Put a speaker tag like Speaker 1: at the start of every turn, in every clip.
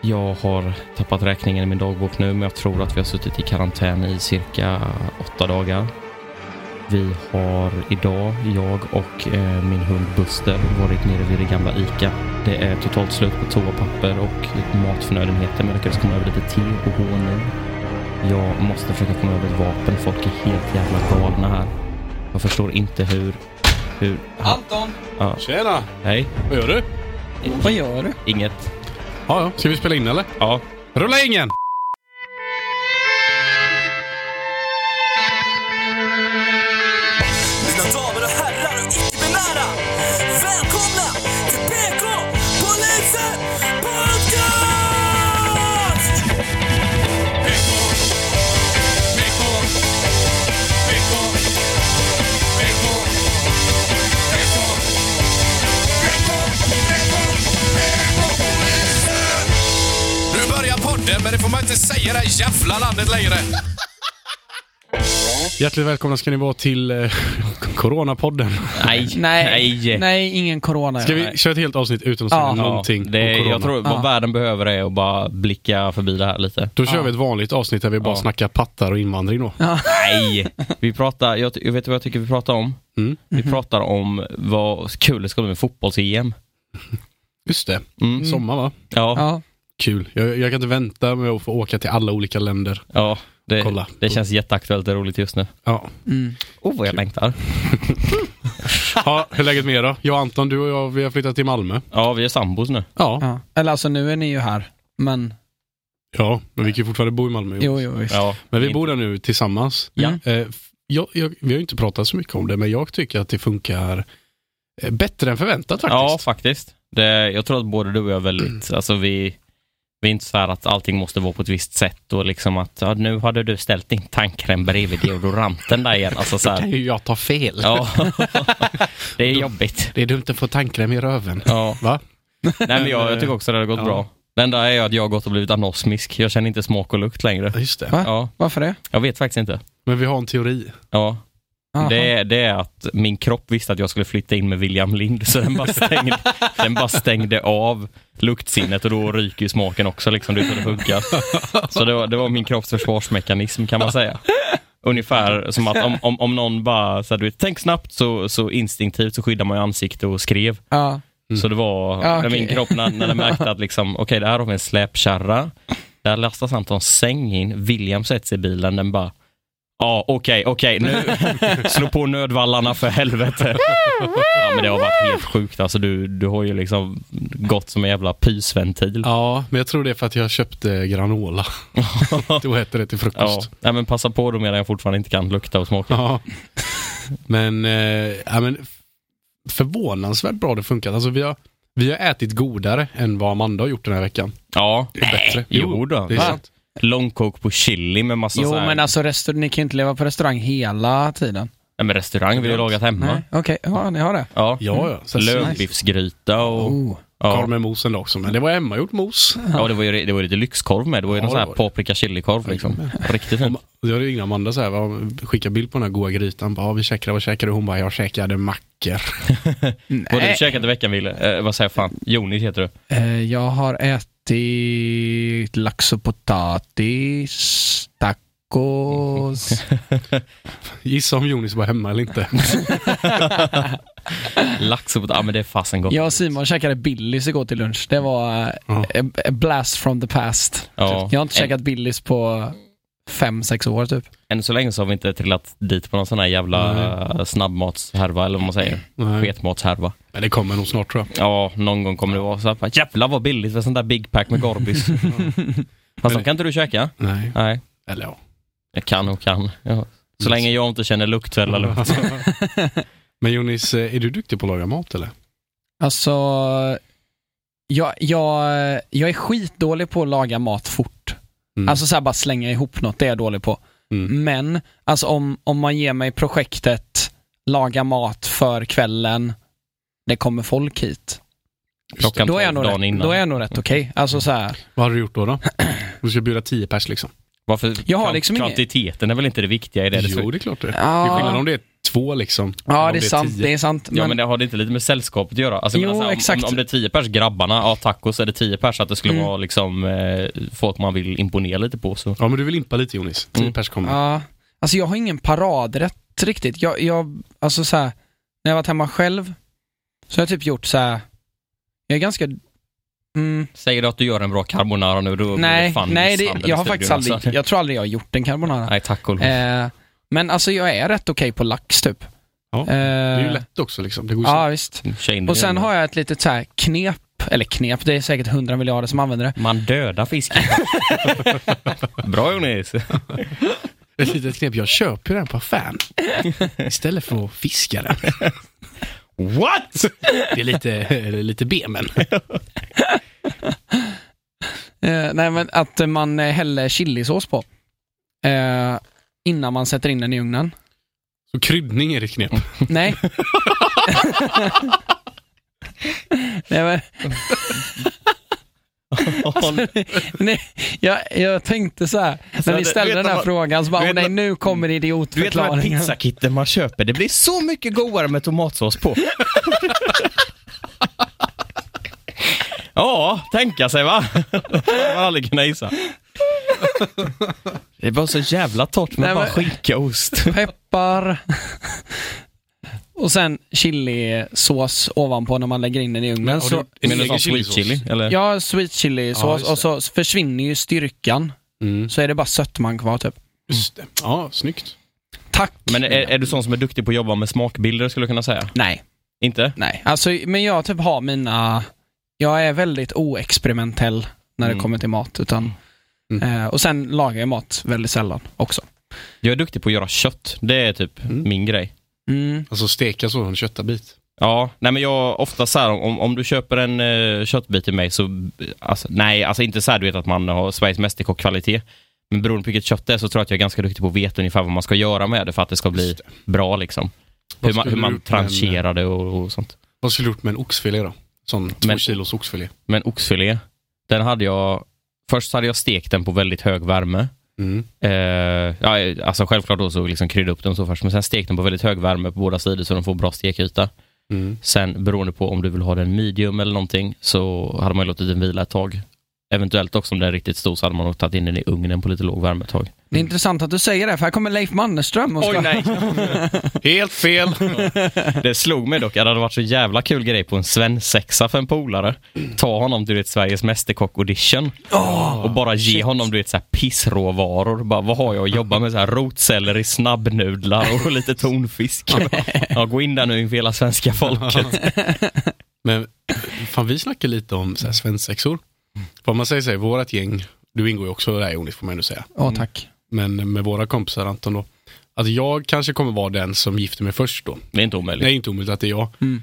Speaker 1: Jag har tappat räkningen i min dagbok nu, men jag tror att vi har suttit i karantän i cirka åtta dagar. Vi har idag, jag och eh, min hund Buster, varit nere vid det gamla ICA. Det är totalt slut på toapapper och lite matförnödenheter, men jag lyckades komma över lite te och honung. Jag måste försöka komma över ett vapen. Folk är helt jävla galna här. Jag förstår inte hur... Hur... Ha,
Speaker 2: Anton!
Speaker 3: Tjena!
Speaker 1: hej.
Speaker 3: Vad gör du?
Speaker 2: Vad gör du?
Speaker 1: Inget.
Speaker 3: Ja, ja. Ska vi spela in eller?
Speaker 1: Ja.
Speaker 3: Rulla ingen!
Speaker 4: Mina damer och herrar och icke-binära, välkomna till PK Polisen Podcast!
Speaker 3: Nu börjar podden, men det får man inte säga det här jävla landet längre. Hjärtligt välkomna ska ni vara till eh, Coronapodden.
Speaker 1: Nej.
Speaker 2: Nej, nej ingen corona.
Speaker 3: Ska
Speaker 2: nej.
Speaker 3: vi köra ett helt avsnitt utan att säga
Speaker 2: Ja.
Speaker 3: någonting
Speaker 1: Ja, det,
Speaker 3: om corona?
Speaker 1: jag tror vad
Speaker 2: Ja.
Speaker 1: världen behöver är att bara blicka förbi det här lite.
Speaker 3: Då kör vi ett vanligt avsnitt där vi bara
Speaker 1: Ja.
Speaker 3: snackar pattar och invandring då.
Speaker 1: Nej! Vi pratar, jag, ty- jag vet vad jag tycker vi pratar om?
Speaker 3: Mm.
Speaker 1: Vi pratar om vad kul det ska bli med fotbolls-EM.
Speaker 3: Just det.
Speaker 1: Mm.
Speaker 3: Sommar va?
Speaker 1: Ja,
Speaker 2: Ja.
Speaker 3: Kul. Jag, jag kan inte vänta med att få åka till alla olika länder.
Speaker 1: ja det,
Speaker 3: Kolla.
Speaker 1: det känns jätteaktuellt och roligt just nu.
Speaker 3: Ja.
Speaker 2: Mm.
Speaker 1: Oh, vad jag längtar.
Speaker 3: ja, hur är läget med er då? Jag och Anton, du och jag, vi har flyttat till Malmö.
Speaker 1: Ja, vi är sambos nu.
Speaker 3: Ja.
Speaker 2: Ja. Eller alltså nu är ni ju här. Men
Speaker 3: Ja, men vi kan ju fortfarande bo i Malmö. ju.
Speaker 2: jo, jo, visst.
Speaker 1: Ja,
Speaker 3: Men vi
Speaker 1: in-
Speaker 3: bor där nu tillsammans.
Speaker 1: Ja.
Speaker 2: Mm.
Speaker 3: Eh, f- jag, jag, vi har ju inte pratat så mycket om det, men jag tycker att det funkar eh, bättre än förväntat
Speaker 1: Ja,
Speaker 3: faktiskt. Mm.
Speaker 1: faktiskt. Det, jag tror att både du och jag är väldigt, alltså vi, vi är inte så här att allting måste vara på ett visst sätt och liksom att ja, nu hade du ställt din tandkräm bredvid deodoranten där igen. Alltså så
Speaker 3: Då
Speaker 1: här.
Speaker 3: ju jag ta fel.
Speaker 1: Ja, det är jobbigt.
Speaker 3: Det är dumt att få tandkräm i röven.
Speaker 1: Ja.
Speaker 3: Va?
Speaker 1: Nej men jag, jag tycker också det har gått
Speaker 3: Ja.
Speaker 1: bra. Det enda är att jag har gått och blivit anosmisk. Jag känner inte smak och lukt längre.
Speaker 3: Ja, just det.
Speaker 2: Va?
Speaker 1: Ja,
Speaker 2: Varför det?
Speaker 1: jag vet faktiskt inte.
Speaker 3: Men vi har en teori.
Speaker 1: Ja,
Speaker 2: Aha.
Speaker 1: det, är- det är att min kropp visste att jag skulle flytta in med William Lind så den bara stängde, den bara stängde av luktsinnet och då ryker ju smaken också liksom. Det är så det funkar. Så det var, det var min kropps försvarsmekanism kan man säga. Ungefär som att om, om, om någon bara, så här, du vet, tänk snabbt så, så instinktivt så skyddar man ju ansikte och skrev.
Speaker 2: Ja.
Speaker 1: Så det var
Speaker 2: Ja, okej.
Speaker 1: när min kropp när, när den märkte att liksom, okej, det här har vi en släpkärra. Där lastas Antons säng in. William sätter sig i bilen. Den bara, ja, okej, okej, nu slå på nödvallarna för helvete. Ja, men det har varit helt sjukt. Alltså, du, du har ju liksom gått som en jävla pysventil.
Speaker 3: Ja, men jag tror det är för att jag köpte granola. Då äter det till
Speaker 1: Ja,
Speaker 3: frukost.
Speaker 1: nej, men passa på då medan jag fortfarande inte kan lukta och smaka.
Speaker 3: Ja. Men, eh, ja, men f- förvånansvärt bra det funkat. Alltså, vi, har, vi har ätit godare än vad Amanda har gjort den här veckan.
Speaker 1: Ja,
Speaker 3: Bättre.
Speaker 1: jo då.
Speaker 3: Det är
Speaker 1: Va?
Speaker 3: sant.
Speaker 1: Långkok på chili med massa
Speaker 2: Jo,
Speaker 1: så här,
Speaker 2: men alltså restaur- ni kan ju inte leva på restaurang hela tiden.
Speaker 1: nej, men restaurang vi har lagat hemma.
Speaker 2: Nej, okej. Ja, ni har det.
Speaker 1: Ja,
Speaker 3: Ja, ja. Så-
Speaker 1: lövbiffsgryta och...
Speaker 2: Oh.
Speaker 1: ja.
Speaker 3: korv med mosen då också, men det var hemmagjort mos.
Speaker 1: Ja, det var ju, det var ju lite lyxkorv med. Det var ju
Speaker 3: Ja,
Speaker 1: någon sån
Speaker 3: det
Speaker 1: här
Speaker 3: var det.
Speaker 1: paprika chilikorv liksom. Riktigt fint.
Speaker 3: Jag ringde Amanda så här, va, skicka bild på den här goda grytan. Bara, ja, vi käkade, vad käkade du? Hon bara, jag käkade mackor.
Speaker 1: Vad har du
Speaker 2: Nej.
Speaker 1: käkat i veckan, Wille? Eh, vad säger jag fan? Jonis heter du.
Speaker 2: Eh, Jag har ätit lax och potatis, tacos.
Speaker 1: Mm.
Speaker 3: Gissa om Jonis var hemma eller inte.
Speaker 1: Lax och Ja, men det är fasen gott.
Speaker 2: Jag och Simon käkade Billys igår till lunch. Det var eh,
Speaker 3: Ja.
Speaker 2: a- a blast from the past. Typ.
Speaker 1: Ja.
Speaker 2: Jag har inte
Speaker 1: Än-
Speaker 2: käkat Billys på fem, sex år typ.
Speaker 1: Än så länge så har vi inte trillat dit på någon sån här jävla eh, snabbmatshärva, eller vad man säger.
Speaker 3: Nej.
Speaker 1: Sketmatshärva.
Speaker 3: Men det kommer nog snart tror jag.
Speaker 1: Ja, någon gång kommer det vara så här, bara, jävlar vad billigt för sånt där big pack med Gorbis. Fast de kan inte du käka?
Speaker 3: Nej.
Speaker 1: Nej.
Speaker 3: Eller ja.
Speaker 1: Jag kan och kan. Ja. Så länge jag inte känner lukt eller
Speaker 3: Mm.
Speaker 1: lukt.
Speaker 3: men Jonis, eh, är du duktig på att laga mat eller?
Speaker 2: Alltså, jag, jag, jag är skitdålig på att laga mat fort.
Speaker 3: Mm.
Speaker 2: Alltså så här bara slänga ihop något, det är jag dålig på.
Speaker 3: Mm.
Speaker 2: Men, alltså om, om man ger mig projektet laga mat för kvällen, det kommer folk hit.
Speaker 1: Klockan
Speaker 2: Då är
Speaker 1: tolv
Speaker 2: jag nog
Speaker 1: dagen
Speaker 2: rätt,
Speaker 1: innan.
Speaker 2: då är jag nog rätt okej. Alltså så här,
Speaker 3: Vad har du gjort då? då? Du ska bjuda tio pers liksom.
Speaker 1: Varför?
Speaker 2: Jag har liksom ingen-
Speaker 1: Kvantiteten är väl inte det viktiga i det? Det ska-
Speaker 3: Jo, det är klart det. Det är
Speaker 2: Ja.
Speaker 3: skillnad om det är två liksom. Eller
Speaker 2: Ja,
Speaker 3: om
Speaker 2: det är sant.
Speaker 3: tio.
Speaker 2: Det är sant.
Speaker 1: Ja men,
Speaker 2: men-
Speaker 1: det har det inte lite med sällskapet att göra? Alltså, jag
Speaker 2: Jo,
Speaker 1: menar så här,
Speaker 2: exakt.
Speaker 1: Om, om, om det är tio pers, grabbarna, ja tacos är det tio pers, att det skulle
Speaker 2: Mm.
Speaker 1: vara liksom eh, folk man vill imponera lite på. Så.
Speaker 3: Ja, men du vill impa lite Jonis. Tio
Speaker 1: Mm.
Speaker 3: pers kommer.
Speaker 2: Ja, alltså jag har ingen paradrätt riktigt. Jag, jag alltså så här, när jag varit hemma själv så har jag typ gjort så här. jag är ganska, mm,
Speaker 1: Säger du att du gör en bra carbonara nu, då blir
Speaker 2: nej,
Speaker 1: fan
Speaker 2: nej, det,
Speaker 1: misshandel i
Speaker 2: jag har
Speaker 1: studion,
Speaker 2: faktiskt aldrig,
Speaker 1: alltså.
Speaker 2: jag tror aldrig jag har gjort en carbonara.
Speaker 1: Nej, tack och lov.
Speaker 2: Eh, men alltså jag är rätt okej på lax typ.
Speaker 3: Ja,
Speaker 2: det
Speaker 3: Det är ju lätt också liksom. Det går ju
Speaker 2: Eh. Ja, visst.
Speaker 1: Tja in i
Speaker 2: Och
Speaker 1: det
Speaker 2: sen
Speaker 1: igen.
Speaker 2: har jag ett litet så här knep, eller knep, det är säkert hundra miljarder som använder det.
Speaker 1: Man dödar fisken. Bra Jonas!
Speaker 3: så. Ett litet knep. Jag köper den på affären. Istället för att fiska den.
Speaker 1: What?
Speaker 3: Det är lite, det är lite B men.
Speaker 2: Eh, nej, men att man eh, häller chilisås på. Eh, innan man sätter in den i ugnen.
Speaker 3: Så kryddning är ditt knep.
Speaker 1: Mm.
Speaker 2: Nej. Nej, men, nej, jag, jag tänkte så här,
Speaker 1: Alltså,
Speaker 2: när ni
Speaker 1: du
Speaker 2: ställde
Speaker 1: vet
Speaker 2: den här
Speaker 1: vad-
Speaker 2: frågan så bara,
Speaker 1: du
Speaker 2: åh
Speaker 1: vet
Speaker 2: nej
Speaker 1: vad-
Speaker 2: nu kommer
Speaker 1: Du vet de här
Speaker 2: idiotförklaringen.
Speaker 1: pizzakitten man köper, det blir så mycket godare med tomatsås på. ja, tänka sig va? Det har man aldrig kunnat gissa. Det var så jävla torrt med
Speaker 2: Nej,
Speaker 1: bara
Speaker 2: men-
Speaker 1: skinka och ost.
Speaker 2: Peppar. Och sen chilisås ovanpå när man lägger in den i ugnen.
Speaker 3: Men har
Speaker 2: Så,
Speaker 3: du-
Speaker 1: Menar du sån Mm.
Speaker 3: Lägger
Speaker 1: sweet chili? Eller?
Speaker 2: ja, sweet chilisås
Speaker 3: just
Speaker 2: och så försvinner ju styrkan.
Speaker 3: Mm.
Speaker 2: Så är det bara sötman kvar typ.
Speaker 3: Just det. Ja, snyggt.
Speaker 2: Tack!
Speaker 1: Men är, är du sån som är duktig på att jobba med smakbilder skulle jag kunna säga?
Speaker 2: Nej.
Speaker 1: Inte?
Speaker 2: Nej, alltså, men jag typ har mina... Jag är väldigt oexperimentell när det
Speaker 1: Mm.
Speaker 2: kommer till mat. Utan,
Speaker 3: Mm.
Speaker 2: eh, och sen lagar jag mat väldigt sällan också.
Speaker 1: Jag är duktig på att göra kött. Det är typ
Speaker 3: Mm.
Speaker 1: min grej.
Speaker 2: Mm.
Speaker 3: Alltså steka så en köttabit.
Speaker 1: Ja, nej men jag ofta så här om, om du köper en eh, köttbit till mig så, alltså, nej alltså inte så här du vet att man har Sveriges mästerkockkvalitet. Men beroende på vilket kött det är så tror jag att jag är ganska duktig på att veta ungefär vad man ska göra med det för att det ska bli
Speaker 3: Just
Speaker 1: bra liksom.
Speaker 3: Vad
Speaker 1: Hur man,
Speaker 3: skulle
Speaker 1: hur
Speaker 3: du
Speaker 1: man
Speaker 3: gjort med en- eh,
Speaker 1: trancherar det och, och sånt.
Speaker 3: Vad skulle du gjort med en oxfilé då? Sån två
Speaker 1: Men-
Speaker 3: kilos oxfilé.
Speaker 1: Men oxfilé, den hade jag, först hade jag stekt den på väldigt hög värme.
Speaker 3: Mm.
Speaker 1: Eh, ja, alltså självklart då så liksom krydda upp den så först, men sen stek den på väldigt hög värme på båda sidor så den får bra stekyta.
Speaker 3: Mm.
Speaker 1: Sen beroende på om du vill ha den medium eller någonting så hade man ju låtit den vila ett tag. Eventuellt också om den är riktigt stor så hade man nog tagit in den i ugnen på lite låg värme ett tag.
Speaker 2: Det är intressant att du säger det, för här kommer Leif Mannerström och ska...
Speaker 1: nej!
Speaker 3: Helt fel!
Speaker 1: Det slog mig dock att det hade varit så jävla kul grej på en svensexa för en polare. Ta honom till ett Sveriges Mästerkock-audition och bara ge honom du vet, så här pissråvaror. Bara, vad har jag att jobba med? Så här, rotselleri, snabbnudlar och lite tonfisk. Ja, gå in där nu inför hela svenska folket.
Speaker 3: Men fan, vi snackar lite om så här svensexor. Vad man säger sig, vårat gäng, du ingår ju också där Jonis får man ju nu säga,
Speaker 2: Åh tack.
Speaker 3: Mm. men med våra kompisar Anton då. Att jag kanske kommer vara den som gifter mig först då.
Speaker 1: Det är inte omöjligt.
Speaker 3: Nej, inte omöjligt att det är jag.
Speaker 2: Mm.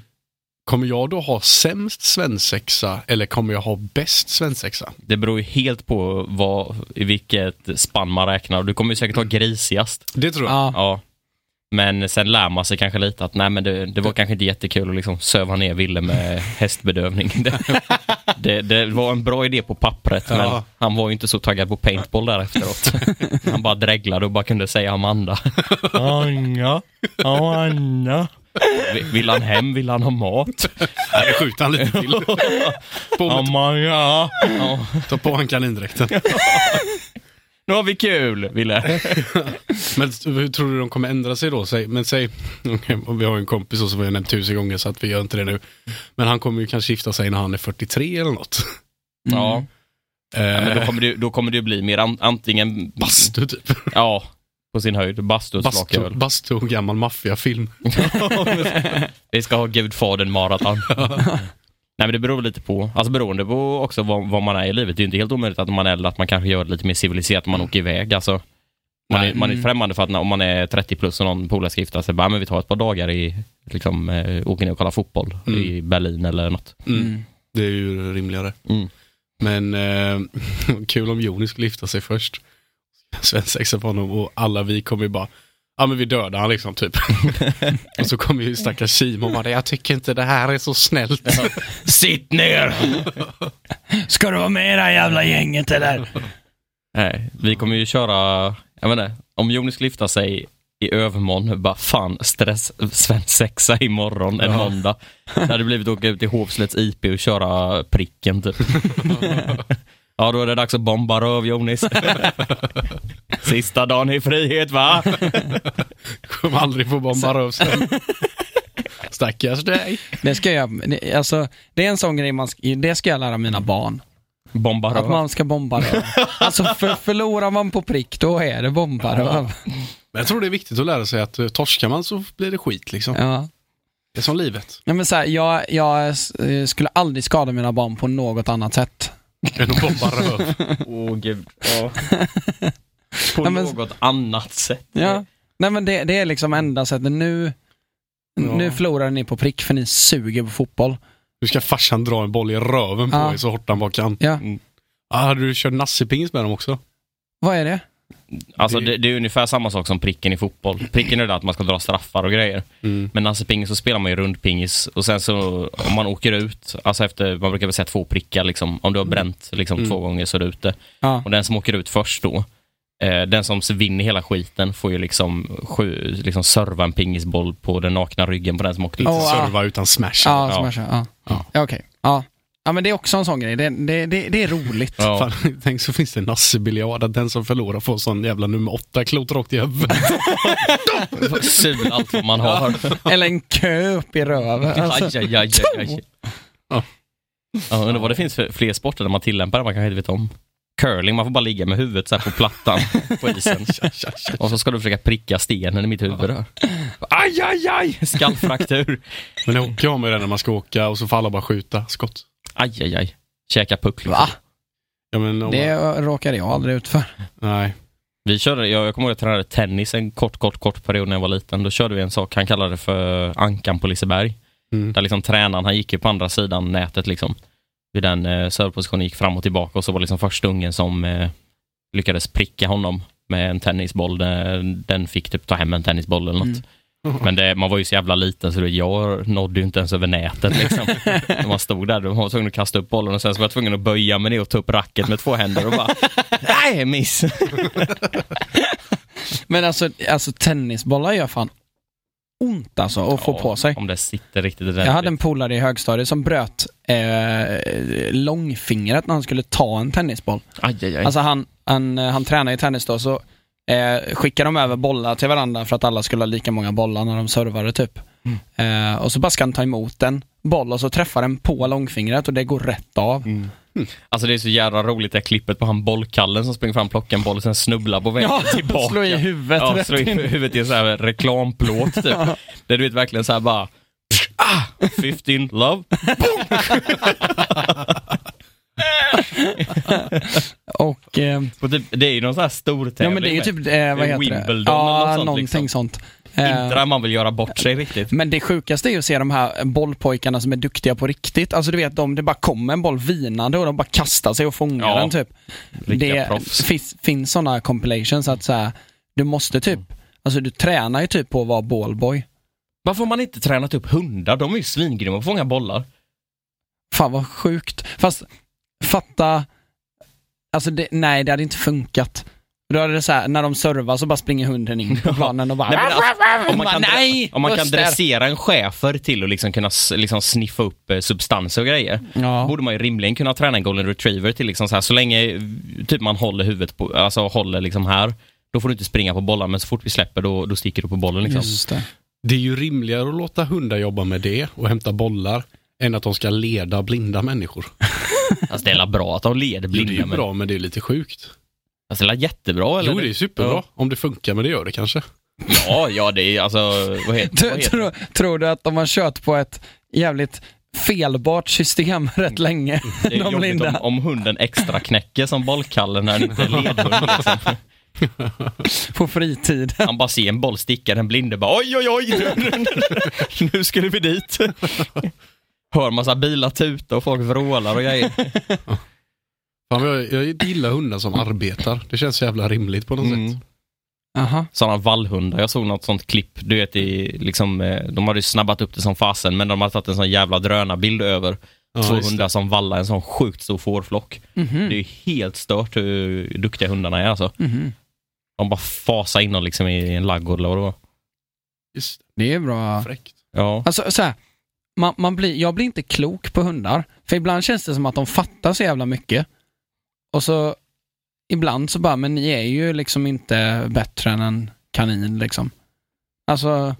Speaker 3: Kommer jag då ha sämst svensexa eller kommer jag ha bäst svensexa?
Speaker 1: Det beror ju helt på vad, i vilket spann man räknar. Du kommer ju säkert ha grisigast.
Speaker 3: Det tror jag.
Speaker 2: Ja.
Speaker 1: Ja. Men sen lär man sig kanske lite att nej men det, det var kanske inte jättekul att liksom söva ner Ville med hästbedövning. Det, det, det var en bra idé på pappret men
Speaker 3: Ja.
Speaker 1: han var ju inte så taggad på paintball där efteråt. Han bara dreglade och bara kunde säga Amanda. Anja, Anja. Vill han hem? Vill han ha mat?
Speaker 3: Nej, det skjuter han lite till. på med,
Speaker 1: Amanda. Ja.
Speaker 3: ta på han kanindräkten.
Speaker 1: Nu har vi kul, Ville.
Speaker 3: Men hur tror du de kommer ändra sig då? Säg, men säg, okej, och vi har ju en kompis och som vi har nämnt tusen gånger så att vi gör inte det nu. Men han kommer ju kanske gifta sig när han är 43 eller något.
Speaker 1: Ja. Ja, men då
Speaker 3: Eh,
Speaker 1: kommer det, då kommer det bli mer an, antingen,
Speaker 3: Bastu typ.
Speaker 1: ja, på sin höjd, bastu och
Speaker 3: Bastu,
Speaker 1: slaköl.
Speaker 3: bastu och gammal maffiafilm.
Speaker 1: Vi ska ha gudfadern maraton. Nej men det beror lite på, alltså beroende på också vad, vad man är i livet. Det är ju inte helt omöjligt att när man är äldre, att man kanske gör det lite mer civiliserat om man åker iväg. Alltså, man, är,
Speaker 3: Nej.
Speaker 1: man är främmande för att när, om man är 30 plus och någon polare ska gifta sig, bara, men vi tar ett par dagar i, liksom, eh, åker ner och kollar fotboll
Speaker 3: Mm.
Speaker 1: i Berlin eller något.
Speaker 3: Mm.
Speaker 2: Mm.
Speaker 3: Det är ju rimligare.
Speaker 1: Mm.
Speaker 3: Men eh, kul om Joni skulle gifta sig först. Svensexa på honom och alla vi kommer ju bara, ja men vi dödar han liksom typ. och så kommer ju stackars Simon bara, jag tycker inte det här är så snällt.
Speaker 1: Sitt ner!
Speaker 2: Ska du vara med i det här jävla gänget eller?
Speaker 1: Mm. Nej, vi kommer ju köra, jag vet inte, om Jonas skulle gifta sig i övermorgon. Bara fan, stress, svensexa imorgon, en
Speaker 3: Ja.
Speaker 1: måndag. Det hade blivit att åka ut till Hovslätts IP och köra pricken typ. Ja, då är det dags att bomba röv, Jonis. Sista dagen i frihet, va?
Speaker 3: Kommer aldrig få bomba röv sen. Stackars dig.
Speaker 2: Det ska jag, det- alltså, det är en sån grej man, ska- det ska jag lära mina barn.
Speaker 1: Bomba
Speaker 2: Att
Speaker 1: röv.
Speaker 2: man ska bomba röv. Alltså för, förlorar man på prick, då är det bomba röv.
Speaker 3: Men jag tror det är viktigt att lära sig att eh, torskar man så blir det skit liksom.
Speaker 2: Ja.
Speaker 3: Det är som livet.
Speaker 2: Nej, men så här, jag, jag eh, skulle aldrig skada mina barn på något annat sätt.
Speaker 3: Än att bomba röv.
Speaker 1: Åh gud. Ja. På
Speaker 2: Ja, men-
Speaker 1: något annat sätt.
Speaker 2: Ja. Eh, Nej men det, det är liksom enda sättet. Nu, nu
Speaker 3: Ja.
Speaker 2: förlorar ni på prick för ni suger på fotboll.
Speaker 3: Nu ska farsan dra en boll i röven på
Speaker 2: Ja.
Speaker 3: dig så hårt han bara kan.
Speaker 2: Ja.
Speaker 1: Mm.
Speaker 3: Ah, hade du kört nassepingis med dem också?
Speaker 2: Vad är det?
Speaker 1: Alltså det, det är ungefär samma sak som pricken i fotboll. Pricken är det att man ska dra straffar och grejer.
Speaker 3: Mm.
Speaker 1: Men nassepingis så spelar man ju rundpingis och sen så om man åker ut, alltså efter, man brukar väl säga två prickar liksom. Om du har bränt liksom
Speaker 3: Mm.
Speaker 1: två gånger så är du ute.
Speaker 2: Ja.
Speaker 1: Och den som åker ut först då, eh, den som vinner hela skiten får ju liksom, sju, liksom serva en pingisboll på den nakna ryggen på den som åkte ut.
Speaker 3: Inte
Speaker 2: Åh, ah.
Speaker 3: serva utan smash.
Speaker 2: Ja,
Speaker 1: Ja.
Speaker 2: som jag kör. Ja.
Speaker 3: Ja.
Speaker 2: Ja, okej. Ja. ja, men det är också en sån grej. Det, det, det, det är roligt.
Speaker 1: Ja.
Speaker 3: Fan, tänk så finns det en nassebiljard att den som förlorar får sån jävla nummer åtta klot rakt i huvudet.
Speaker 1: Sul allt vad man har.
Speaker 2: Eller en kö upp i röven. Alltså,
Speaker 1: Aj, aj, aj, aj, aj.
Speaker 3: Ja.
Speaker 1: Ja, undrar vad det finns för fler sporter där man tillämpar det man kanske inte vet om. Curling, man får bara ligga med huvudet så här på plattan på isen. Och så ska du försöka pricka stenen i mitt huvud. där. Aj, aj, aj! Skallfraktur.
Speaker 3: Men det åker jag med det när man ska åka och så får alla bara skjuta skott.
Speaker 1: Aj, aj, aj. Käka puck. liksom.
Speaker 2: Va?
Speaker 3: Ja, men om
Speaker 2: Det råkade jag aldrig ut för.
Speaker 3: Nej.
Speaker 1: Vi körde, jag, jag kommer ihåg att jag tränade tennis en kort, kort, kort period när jag var liten. Då körde vi en sak, han kallade det för ankan på Liseberg.
Speaker 3: Mm.
Speaker 1: Där liksom tränaren, han gick ju på andra sidan nätet liksom. Vid den eh, servepositionen gick fram och tillbaka och så var liksom första ungen som eh, lyckades pricka honom med en tennisboll. Den, den fick typ ta hem en tennisboll eller något.
Speaker 2: Mm.
Speaker 1: Men det, man var ju så jävla liten så det, jag nådde ju inte ens över nätet liksom. När man stod där, då var man tvungen att kasta upp bollen och sen så var jag tvungen att böja mig ner och ta upp racket med två händer och bara Nej, miss!
Speaker 2: Men alltså, alltså tennisbollar gör fan ont alltså att få
Speaker 1: Ja,
Speaker 2: på sig.
Speaker 1: Om det sitter riktigt ordentligt.
Speaker 2: Jag hade en polare i högstadiet som bröt eh, långfingret när han skulle ta en tennisboll.
Speaker 1: Aj, aj, aj.
Speaker 2: Alltså han, han, eh, han tränade i tennis då, så eh, skickade de över bollar till varandra för att alla skulle ha lika många bollar när de servade typ.
Speaker 1: Mm.
Speaker 2: Eh, och så bara ska han ta emot en boll och så träffar den på långfingret och det går rätt av.
Speaker 1: Alltså det är så jävla roligt det här klippet på han bollkallen som springer fram, plockar en boll och sen snubblar på vägen
Speaker 2: Ja,
Speaker 1: tillbaka.
Speaker 2: slå i huvudet
Speaker 1: Ja,
Speaker 2: rätt
Speaker 1: slå i
Speaker 2: in.
Speaker 1: huvudet i en sån här reklamplåt typ. Där du vet verkligen så här bara ah, 15 love.
Speaker 2: Och, eh,
Speaker 1: Och typ, det är ju någon sån här stor
Speaker 2: ja
Speaker 1: tävling.
Speaker 2: men det är ju
Speaker 1: med.
Speaker 2: typ, eh, vad heter
Speaker 1: Wimbledon
Speaker 2: det?
Speaker 1: eller något
Speaker 2: Ja,
Speaker 1: sånt,
Speaker 2: någonting
Speaker 1: liksom.
Speaker 2: sånt.
Speaker 1: Inte
Speaker 2: Eh,
Speaker 1: där man vill göra bort sig riktigt.
Speaker 2: men det sjukaste är ju att se de här bollpojkarna som är duktiga på riktigt. Alltså du vet, de, det bara kommer en boll vinande och de bara kastar sig och fångar
Speaker 1: Ja.
Speaker 2: den typ.
Speaker 1: Riktiga
Speaker 2: det
Speaker 1: proffs.
Speaker 2: Finns, finns sådana compilations att så här, du måste typ, alltså du tränar ju typ på att vara ballboy.
Speaker 1: Varför har man inte tränat upp hundar? De är ju svingrymma på att fånga bollar.
Speaker 2: Fan vad sjukt. Fast fatta, alltså det, nej det hade inte funkat. Då hade det så här, när de servar så bara springer hunden in på planen och bara
Speaker 1: Nej, men alltså, om man kan,
Speaker 2: Nej,
Speaker 1: om man kan
Speaker 2: Buster.
Speaker 1: dressera en schäfer till att liksom kunna s- liksom sniffa upp eh, substanser och grejer.
Speaker 2: Ja,
Speaker 1: borde man ju rimligen kunna träna en golden retriever till liksom så här, så länge eh, typ man håller huvudet på, alltså håller liksom här, då får du inte springa på bollen, men så fort vi släpper då, då sticker du på bollen liksom.
Speaker 2: just det.
Speaker 3: Det är ju rimligare att låta hundar jobba med det och hämta bollar än att de ska leda blinda människor.
Speaker 1: Alltså det är la bra att de leder
Speaker 3: Jo, det är ju
Speaker 1: blinda men,
Speaker 3: bra men det är lite sjukt.
Speaker 1: alltså det är la jättebra eller?
Speaker 3: Jo det är superbra.
Speaker 1: Ja.
Speaker 3: Om det funkar men det gör det kanske.
Speaker 1: Ja, ja det är alltså, vad heter, vad
Speaker 2: Tror,
Speaker 1: heter det?
Speaker 2: tror, tror du att de har kört på ett jävligt felbart system rätt länge?
Speaker 1: Det är
Speaker 2: De
Speaker 1: jobbigt om,
Speaker 2: blinda.
Speaker 1: om hunden extra knäcker som bollkallen när han inte är ledhund liksom.
Speaker 2: På fritid.
Speaker 1: Han bara ser en boll sticka, den blinde bara oj oj oj, nu skulle vi dit. Hör massa bilar tuta och folk vrålar och grejer.
Speaker 3: Fan, jag, jag gillar hundar som arbetar. Det känns så jävla rimligt på något
Speaker 1: Mm.
Speaker 3: sätt.
Speaker 2: Aha.
Speaker 1: sådana vallhundar. Jag såg något sånt klipp, du vet, i, liksom, eh, de hade ju snabbat upp det som fasen, men de hade tagit en sån jävla drönarbild över.
Speaker 3: Ja,
Speaker 1: två
Speaker 3: just det.
Speaker 1: hundar som vallar en sån sjukt stor fårflock.
Speaker 2: Mhm.
Speaker 1: Det är ju helt stört hur duktiga hundarna är alltså.
Speaker 2: Mhm.
Speaker 1: De bara fasade in dem liksom i en laggård eller vad det var.
Speaker 3: Just
Speaker 2: Det är bra.
Speaker 3: fräckt.
Speaker 1: Ja.
Speaker 2: Alltså så här, man, man blir, jag blir inte klok på hundar. För ibland känns det som att de fattar så jävla mycket. Och så ibland så bara, men ni är ju liksom inte bättre än en kanin liksom. Alltså,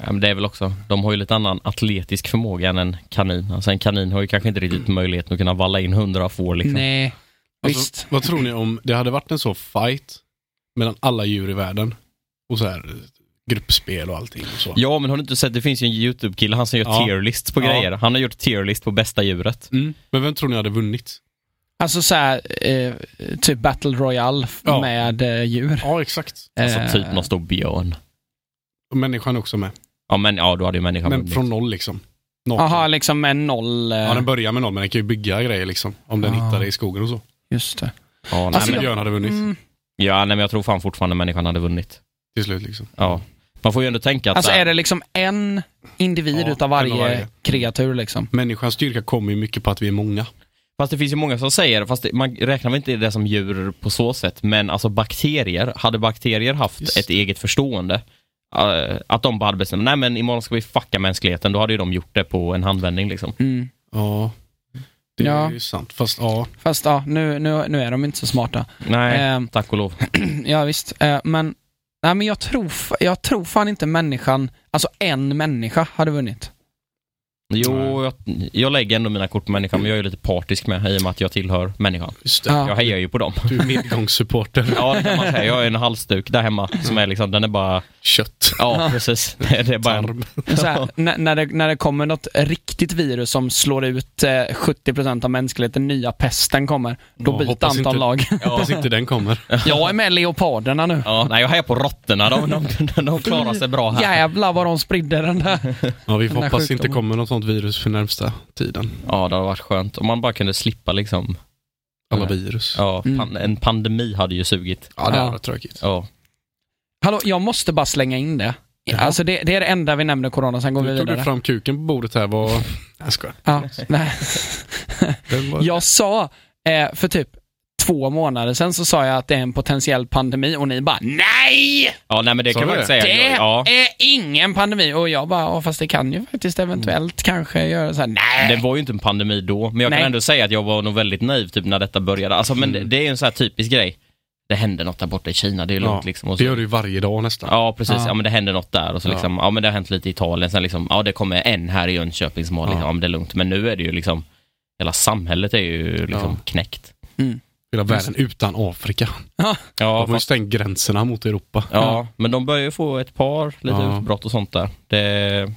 Speaker 1: ja, men det är väl också, de har ju lite annan atletisk förmåga än en kanin. Alltså en kanin har ju kanske inte riktigt möjligheten att kunna valla in hundra får liksom.
Speaker 2: nej.
Speaker 3: Alltså,
Speaker 2: Visst.
Speaker 3: Vad tror ni om det hade varit en sån fight mellan alla djur i världen? Och så här eh, gruppspel och allting och så.
Speaker 1: Ja, men har du inte sett, det finns ju en YouTube-kille, han som gör
Speaker 3: Ja.
Speaker 1: tierlist på
Speaker 3: Ja.
Speaker 1: grejer. Han har gjort tierlist på bästa djuret.
Speaker 3: Mm. Men vem tror ni hade vunnit?
Speaker 2: Alltså så här, eh, typ Battle Royale f-
Speaker 3: Ja.
Speaker 2: med eh, djur.
Speaker 3: Ja, exakt.
Speaker 1: Alltså
Speaker 2: Eh,
Speaker 1: typ någon stor björn.
Speaker 3: Och människan är också med.
Speaker 1: Ja, men ja, då hade ju människan
Speaker 3: Men
Speaker 1: vunnit.
Speaker 3: från noll liksom. Noll.
Speaker 2: Jaha, liksom med noll. Eh,
Speaker 3: Ja, den börjar med noll, men den kan ju bygga grejer liksom. Om den
Speaker 2: Ja.
Speaker 3: hittar det i skogen och så.
Speaker 2: Just det.
Speaker 1: Ja, nej,
Speaker 2: Alltså,
Speaker 1: men,
Speaker 3: men björn hade vunnit
Speaker 2: Mm.
Speaker 1: ja, nej, men jag tror fan fortfarande människan hade vunnit.
Speaker 3: till slut liksom.
Speaker 1: Ja. Man får ju ändå tänka att...
Speaker 2: Alltså
Speaker 1: så här-
Speaker 2: är det liksom en individ
Speaker 3: Ja,
Speaker 2: utav
Speaker 3: en
Speaker 2: varje,
Speaker 3: av varje.
Speaker 2: kreatur liksom?
Speaker 3: Människans styrka kommer ju mycket på att vi är många.
Speaker 1: Fast det finns ju många som säger, fast det, man räknar väl inte det som djur på så sätt, men alltså bakterier, hade bakterier haft
Speaker 3: Just.
Speaker 1: ett eget förstående, eh, att de bara hade bestämt, nej men imorgon ska vi fucka mänskligheten, då hade ju de gjort det på en handvändning liksom.
Speaker 2: Mm.
Speaker 3: Ja, det
Speaker 2: Ja.
Speaker 3: är ju sant. Fast ja,
Speaker 2: Fast ja, nu, nu, nu är de inte så smarta.
Speaker 1: Nej,
Speaker 2: Eh,
Speaker 1: tack och lov.
Speaker 2: ja visst, eh, men, nej, men jag, tror, f- jag tror fan inte människan, alltså en människa hade vunnit.
Speaker 1: Jo, jag, jag lägger ändå mina kort på människan, men jag är ju lite partisk med, i och med att jag tillhör människan.
Speaker 3: just det.
Speaker 2: Ja.
Speaker 1: Jag hejar ju på dem.
Speaker 3: Du är medgångssupporter.
Speaker 1: Ja, det kan man säga. Jag är en halsduk där hemma som är liksom, den är bara,
Speaker 3: Kött.
Speaker 1: ja precis. Det det är bara en
Speaker 3: Tarm.
Speaker 2: Så här, när, när, det, när det kommer något riktigt virus som slår ut eh, 70% av mänskligheten, nya pesten kommer, då
Speaker 3: Ja,
Speaker 2: byter
Speaker 3: hoppas
Speaker 2: antal
Speaker 3: inte-
Speaker 2: lag.
Speaker 3: Hoppas inte den kommer.
Speaker 2: Jag är med leoparderna nu.
Speaker 1: Ja, nej jag hejar på råttorna. De, de, de, de klarar sig bra här.
Speaker 2: Jävlar vad de spridde den där.
Speaker 3: Ja, vi
Speaker 2: Den
Speaker 3: får
Speaker 2: där
Speaker 3: hoppas inte
Speaker 2: sjukdomen.
Speaker 3: kommer något sånt virus för närmsta tiden.
Speaker 1: Ja, det hade varit skönt om man bara kunde slippa liksom.
Speaker 3: Alla
Speaker 1: Ja.
Speaker 3: virus. Ja,
Speaker 1: Ja,
Speaker 2: Mm.
Speaker 1: pan- en pandemi hade ju sugit.
Speaker 3: det
Speaker 2: Ja.
Speaker 3: hade varit tråkigt.
Speaker 1: Ja.
Speaker 2: Hallå, jag måste bara slänga in det. Alltså det, det är det enda vi nämner corona, sen går vi
Speaker 3: Nu tog du
Speaker 2: vidare.
Speaker 3: fram kuken på bordet här. Var... Nej, Jag skojar.
Speaker 2: Ja, nej.
Speaker 3: Den var...
Speaker 2: Jag sa, eh, för typ två månader sedan så sa jag att det är en potentiell pandemi och ni bara NEJ!
Speaker 1: ja, nej men det
Speaker 3: Sa
Speaker 1: kan
Speaker 3: du
Speaker 1: man
Speaker 3: det?
Speaker 1: inte säga.
Speaker 2: Det
Speaker 1: Ja,
Speaker 2: är ingen pandemi! Och jag bara, "Ja, fast det kan ju faktiskt eventuellt kanske göra så här.
Speaker 1: det
Speaker 2: nej!
Speaker 1: var ju inte en pandemi då, men jag
Speaker 2: Nej.
Speaker 1: kan ändå säga att jag var nog väldigt naiv typ när detta började. Alltså, men det, det är ju en sån här typisk grej. Det händer något där borta i Kina, det är lugnt
Speaker 3: Ja,
Speaker 1: liksom. Och
Speaker 3: Det
Speaker 1: så.
Speaker 3: gör du ju varje dag nästan.
Speaker 1: Ja, precis.
Speaker 2: Ja.
Speaker 1: Ja. men det händer något där och så
Speaker 3: Ja.
Speaker 1: liksom, ja men det har hänt lite i Italien. Sen liksom, ja det kommer en här i Jönköping som har liksom,
Speaker 3: Ja.
Speaker 1: ja men det är lugnt. Men nu är det ju liksom, hela samhället är ju liksom
Speaker 3: Ja.
Speaker 1: knäckt.
Speaker 3: Hela världen utan Afrika.
Speaker 1: Ja,
Speaker 3: De har ju stängt gränserna mot Europa.
Speaker 1: Ja, men de börjar ju få ett par lite
Speaker 3: Ja.
Speaker 1: utbrott och sånt där. Det,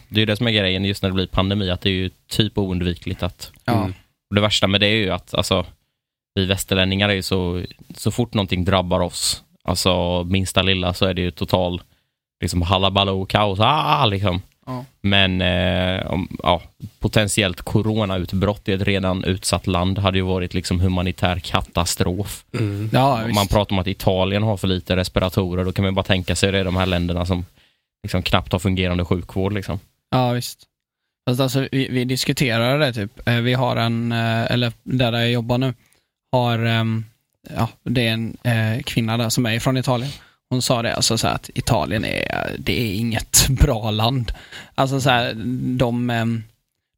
Speaker 1: det är ju det som är grejen just när det blir pandemi, att det är ju typ oundvikligt att...
Speaker 2: Ja.
Speaker 3: Mm.
Speaker 1: Och det värsta med det är ju att alltså, vi västerlänningar är ju så... Så fort någonting drabbar oss, alltså minsta lilla, så är det ju total liksom halabaloo, kaos, ah, liksom.
Speaker 2: Ja.
Speaker 1: Men eh, om, ja, potentiellt coronautbrott i ett redan utsatt land hade ju varit liksom humanitär katastrof.
Speaker 3: Mm.
Speaker 2: Ja,
Speaker 1: Om man
Speaker 2: visst.
Speaker 1: pratar om att Italien har för lite respiratorer, då kan man bara tänka sig det, de här länderna som liksom knappt har fungerande sjukvård. Liksom.
Speaker 2: Ja, visst. Fast alltså, vi, vi diskuterade det typ. Eh, Vi har en, eh, eller där jag jobbar nu, har, ehm, ja, det är en eh, kvinna där som är från Italien. Hon sa det alltså så här att Italien är, det är inget bra land. Alltså så här, de, ehm,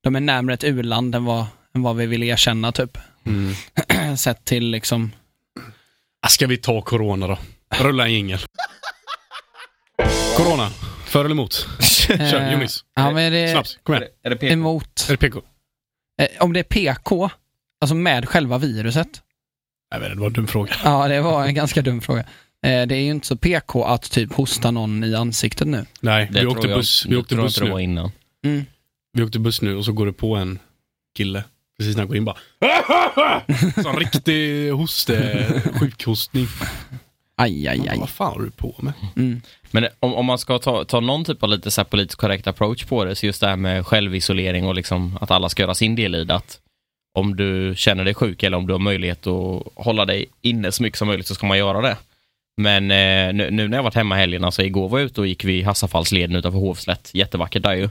Speaker 2: de är närmare ett u-land än vad, än vad vi vill erkänna typ.
Speaker 3: Mm.
Speaker 2: Sett till liksom,
Speaker 3: Ah, Ska vi ta corona då? Rulla en jingel. corona. För eller emot? Kör,
Speaker 2: Eh,
Speaker 3: Jonis.
Speaker 2: ja men det är
Speaker 3: Snabbt, kom igen.
Speaker 1: Är det PK?
Speaker 2: emot,
Speaker 3: Är det PK?
Speaker 2: eh, om det är PK, alltså med själva viruset,
Speaker 3: Jag vet inte, det var en dum fråga.
Speaker 2: Ja, det var en ganska dum fråga. Eh, Det är ju inte så PK att typ hosta någon i ansiktet nu.
Speaker 3: Nej,
Speaker 1: Det
Speaker 3: vi
Speaker 1: tror
Speaker 3: åkte
Speaker 1: jag-
Speaker 3: buss, vi
Speaker 1: det
Speaker 3: åkte
Speaker 1: tror jag
Speaker 3: buss
Speaker 1: inte det var
Speaker 3: nu.
Speaker 1: innan.
Speaker 3: Vi åkte buss nu och så går det på en kille. Precis när han går in bara. Sån riktig hoste, sjukhostning.
Speaker 2: Aj, aj,
Speaker 3: Man bara,
Speaker 2: aj.
Speaker 3: Vad fan har du på med?
Speaker 2: Mm.
Speaker 1: Men om, om man ska ta, ta någon typ av lite så här politiskt korrekt approach på det, så just det här med självisolering och liksom att alla ska göra sin del i det. Att om du känner dig sjuk eller om du har möjlighet att hålla dig inne så mycket som möjligt så ska man göra det. Men eh, nu, nu när jag varit hemma helgen, alltså igår var jag ute och gick vid Hassafallsleden utanför Hovslätt. Jättevackert där ju.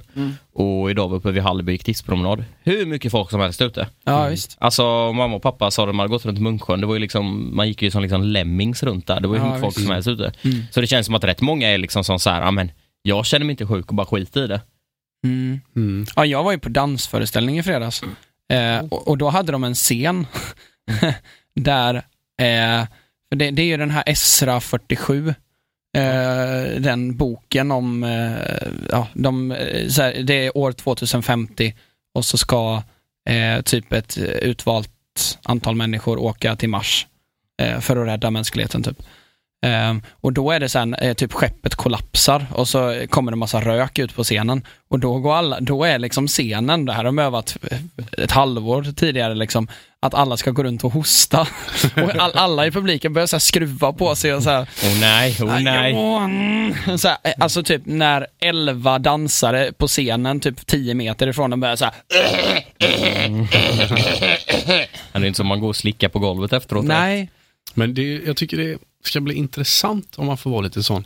Speaker 1: Och idag var jag uppe vid Hallby, gick tipspromenad. Hur mycket folk som helst ute.
Speaker 2: Ja, visst.
Speaker 1: Alltså mamma och pappa sa att man hade gått runt Munksjön, det var ju liksom, man gick ju som liksom lemmings runt där. Det var ju
Speaker 2: Ja,
Speaker 1: hur mycket folk
Speaker 2: visst. Mm.
Speaker 1: som helst ute. Så det känns som att rätt många är liksom som så här, "Ja, men jag känner mig inte sjuk och bara skiter i det.
Speaker 2: Mm. Ja, jag var ju på dansföreställning i fredags. Eh, och, och då hade de en scen där, eh, för det, det är ju den här Esra 47, eh, den boken om, eh, ja, de, eh, så här, det är år 2050 och så ska eh, typ ett eh, utvalt antal människor åka till Mars eh, för att rädda mänskligheten typ. Ehm, och då är det sen, eh, typ skeppet kollapsar och så kommer det massa rök ut på scenen. Och då går alla, då är liksom scenen, det här har de övat eh, ett halvår tidigare liksom, att alla ska gå runt och hosta. Och all, alla i publiken börjar så här skruva på sig och så här,
Speaker 1: Åh Oh, nej, åh nej.
Speaker 2: "Åh, mm." så här, eh, alltså typ när elva dansare på scenen, typ 10 meter ifrån, de börjar så här,
Speaker 1: Men Det är inte som man går och slickar på golvet efteråt.
Speaker 2: nej,
Speaker 3: Men det, jag tycker det ska bli intressant om man får vara lite sån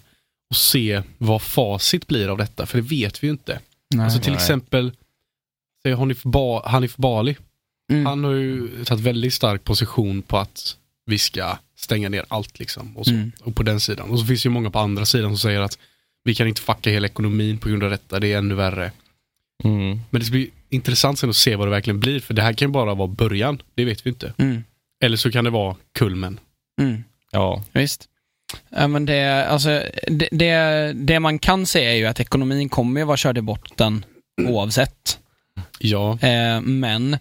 Speaker 3: och se vad facit blir av detta, för det vet vi ju inte. alltså till
Speaker 1: Nej.
Speaker 3: exempel säg Hanif, ba, Hanif Bali,
Speaker 2: Mm.
Speaker 3: han har ju tagit väldigt stark position på att vi ska stänga ner allt liksom. Och, så,
Speaker 2: Mm.
Speaker 3: och på den sidan. Och så finns det ju många på andra sidan som säger att vi kan inte fucka hela ekonomin på grund av detta, det är ännu värre.
Speaker 1: Mm.
Speaker 3: Men det ska bli intressant sen att se vad det verkligen blir, för det här kan ju bara vara början, det vet vi inte.
Speaker 2: Mm.
Speaker 3: Eller så kan det vara kulmen.
Speaker 2: Mm.
Speaker 1: Ja.
Speaker 2: Visst. Ja, men det, alltså, det, det, det man kan säga är ju att ekonomin kommer ju vara körd i botten oavsett.
Speaker 3: Ja,
Speaker 2: Eh, men,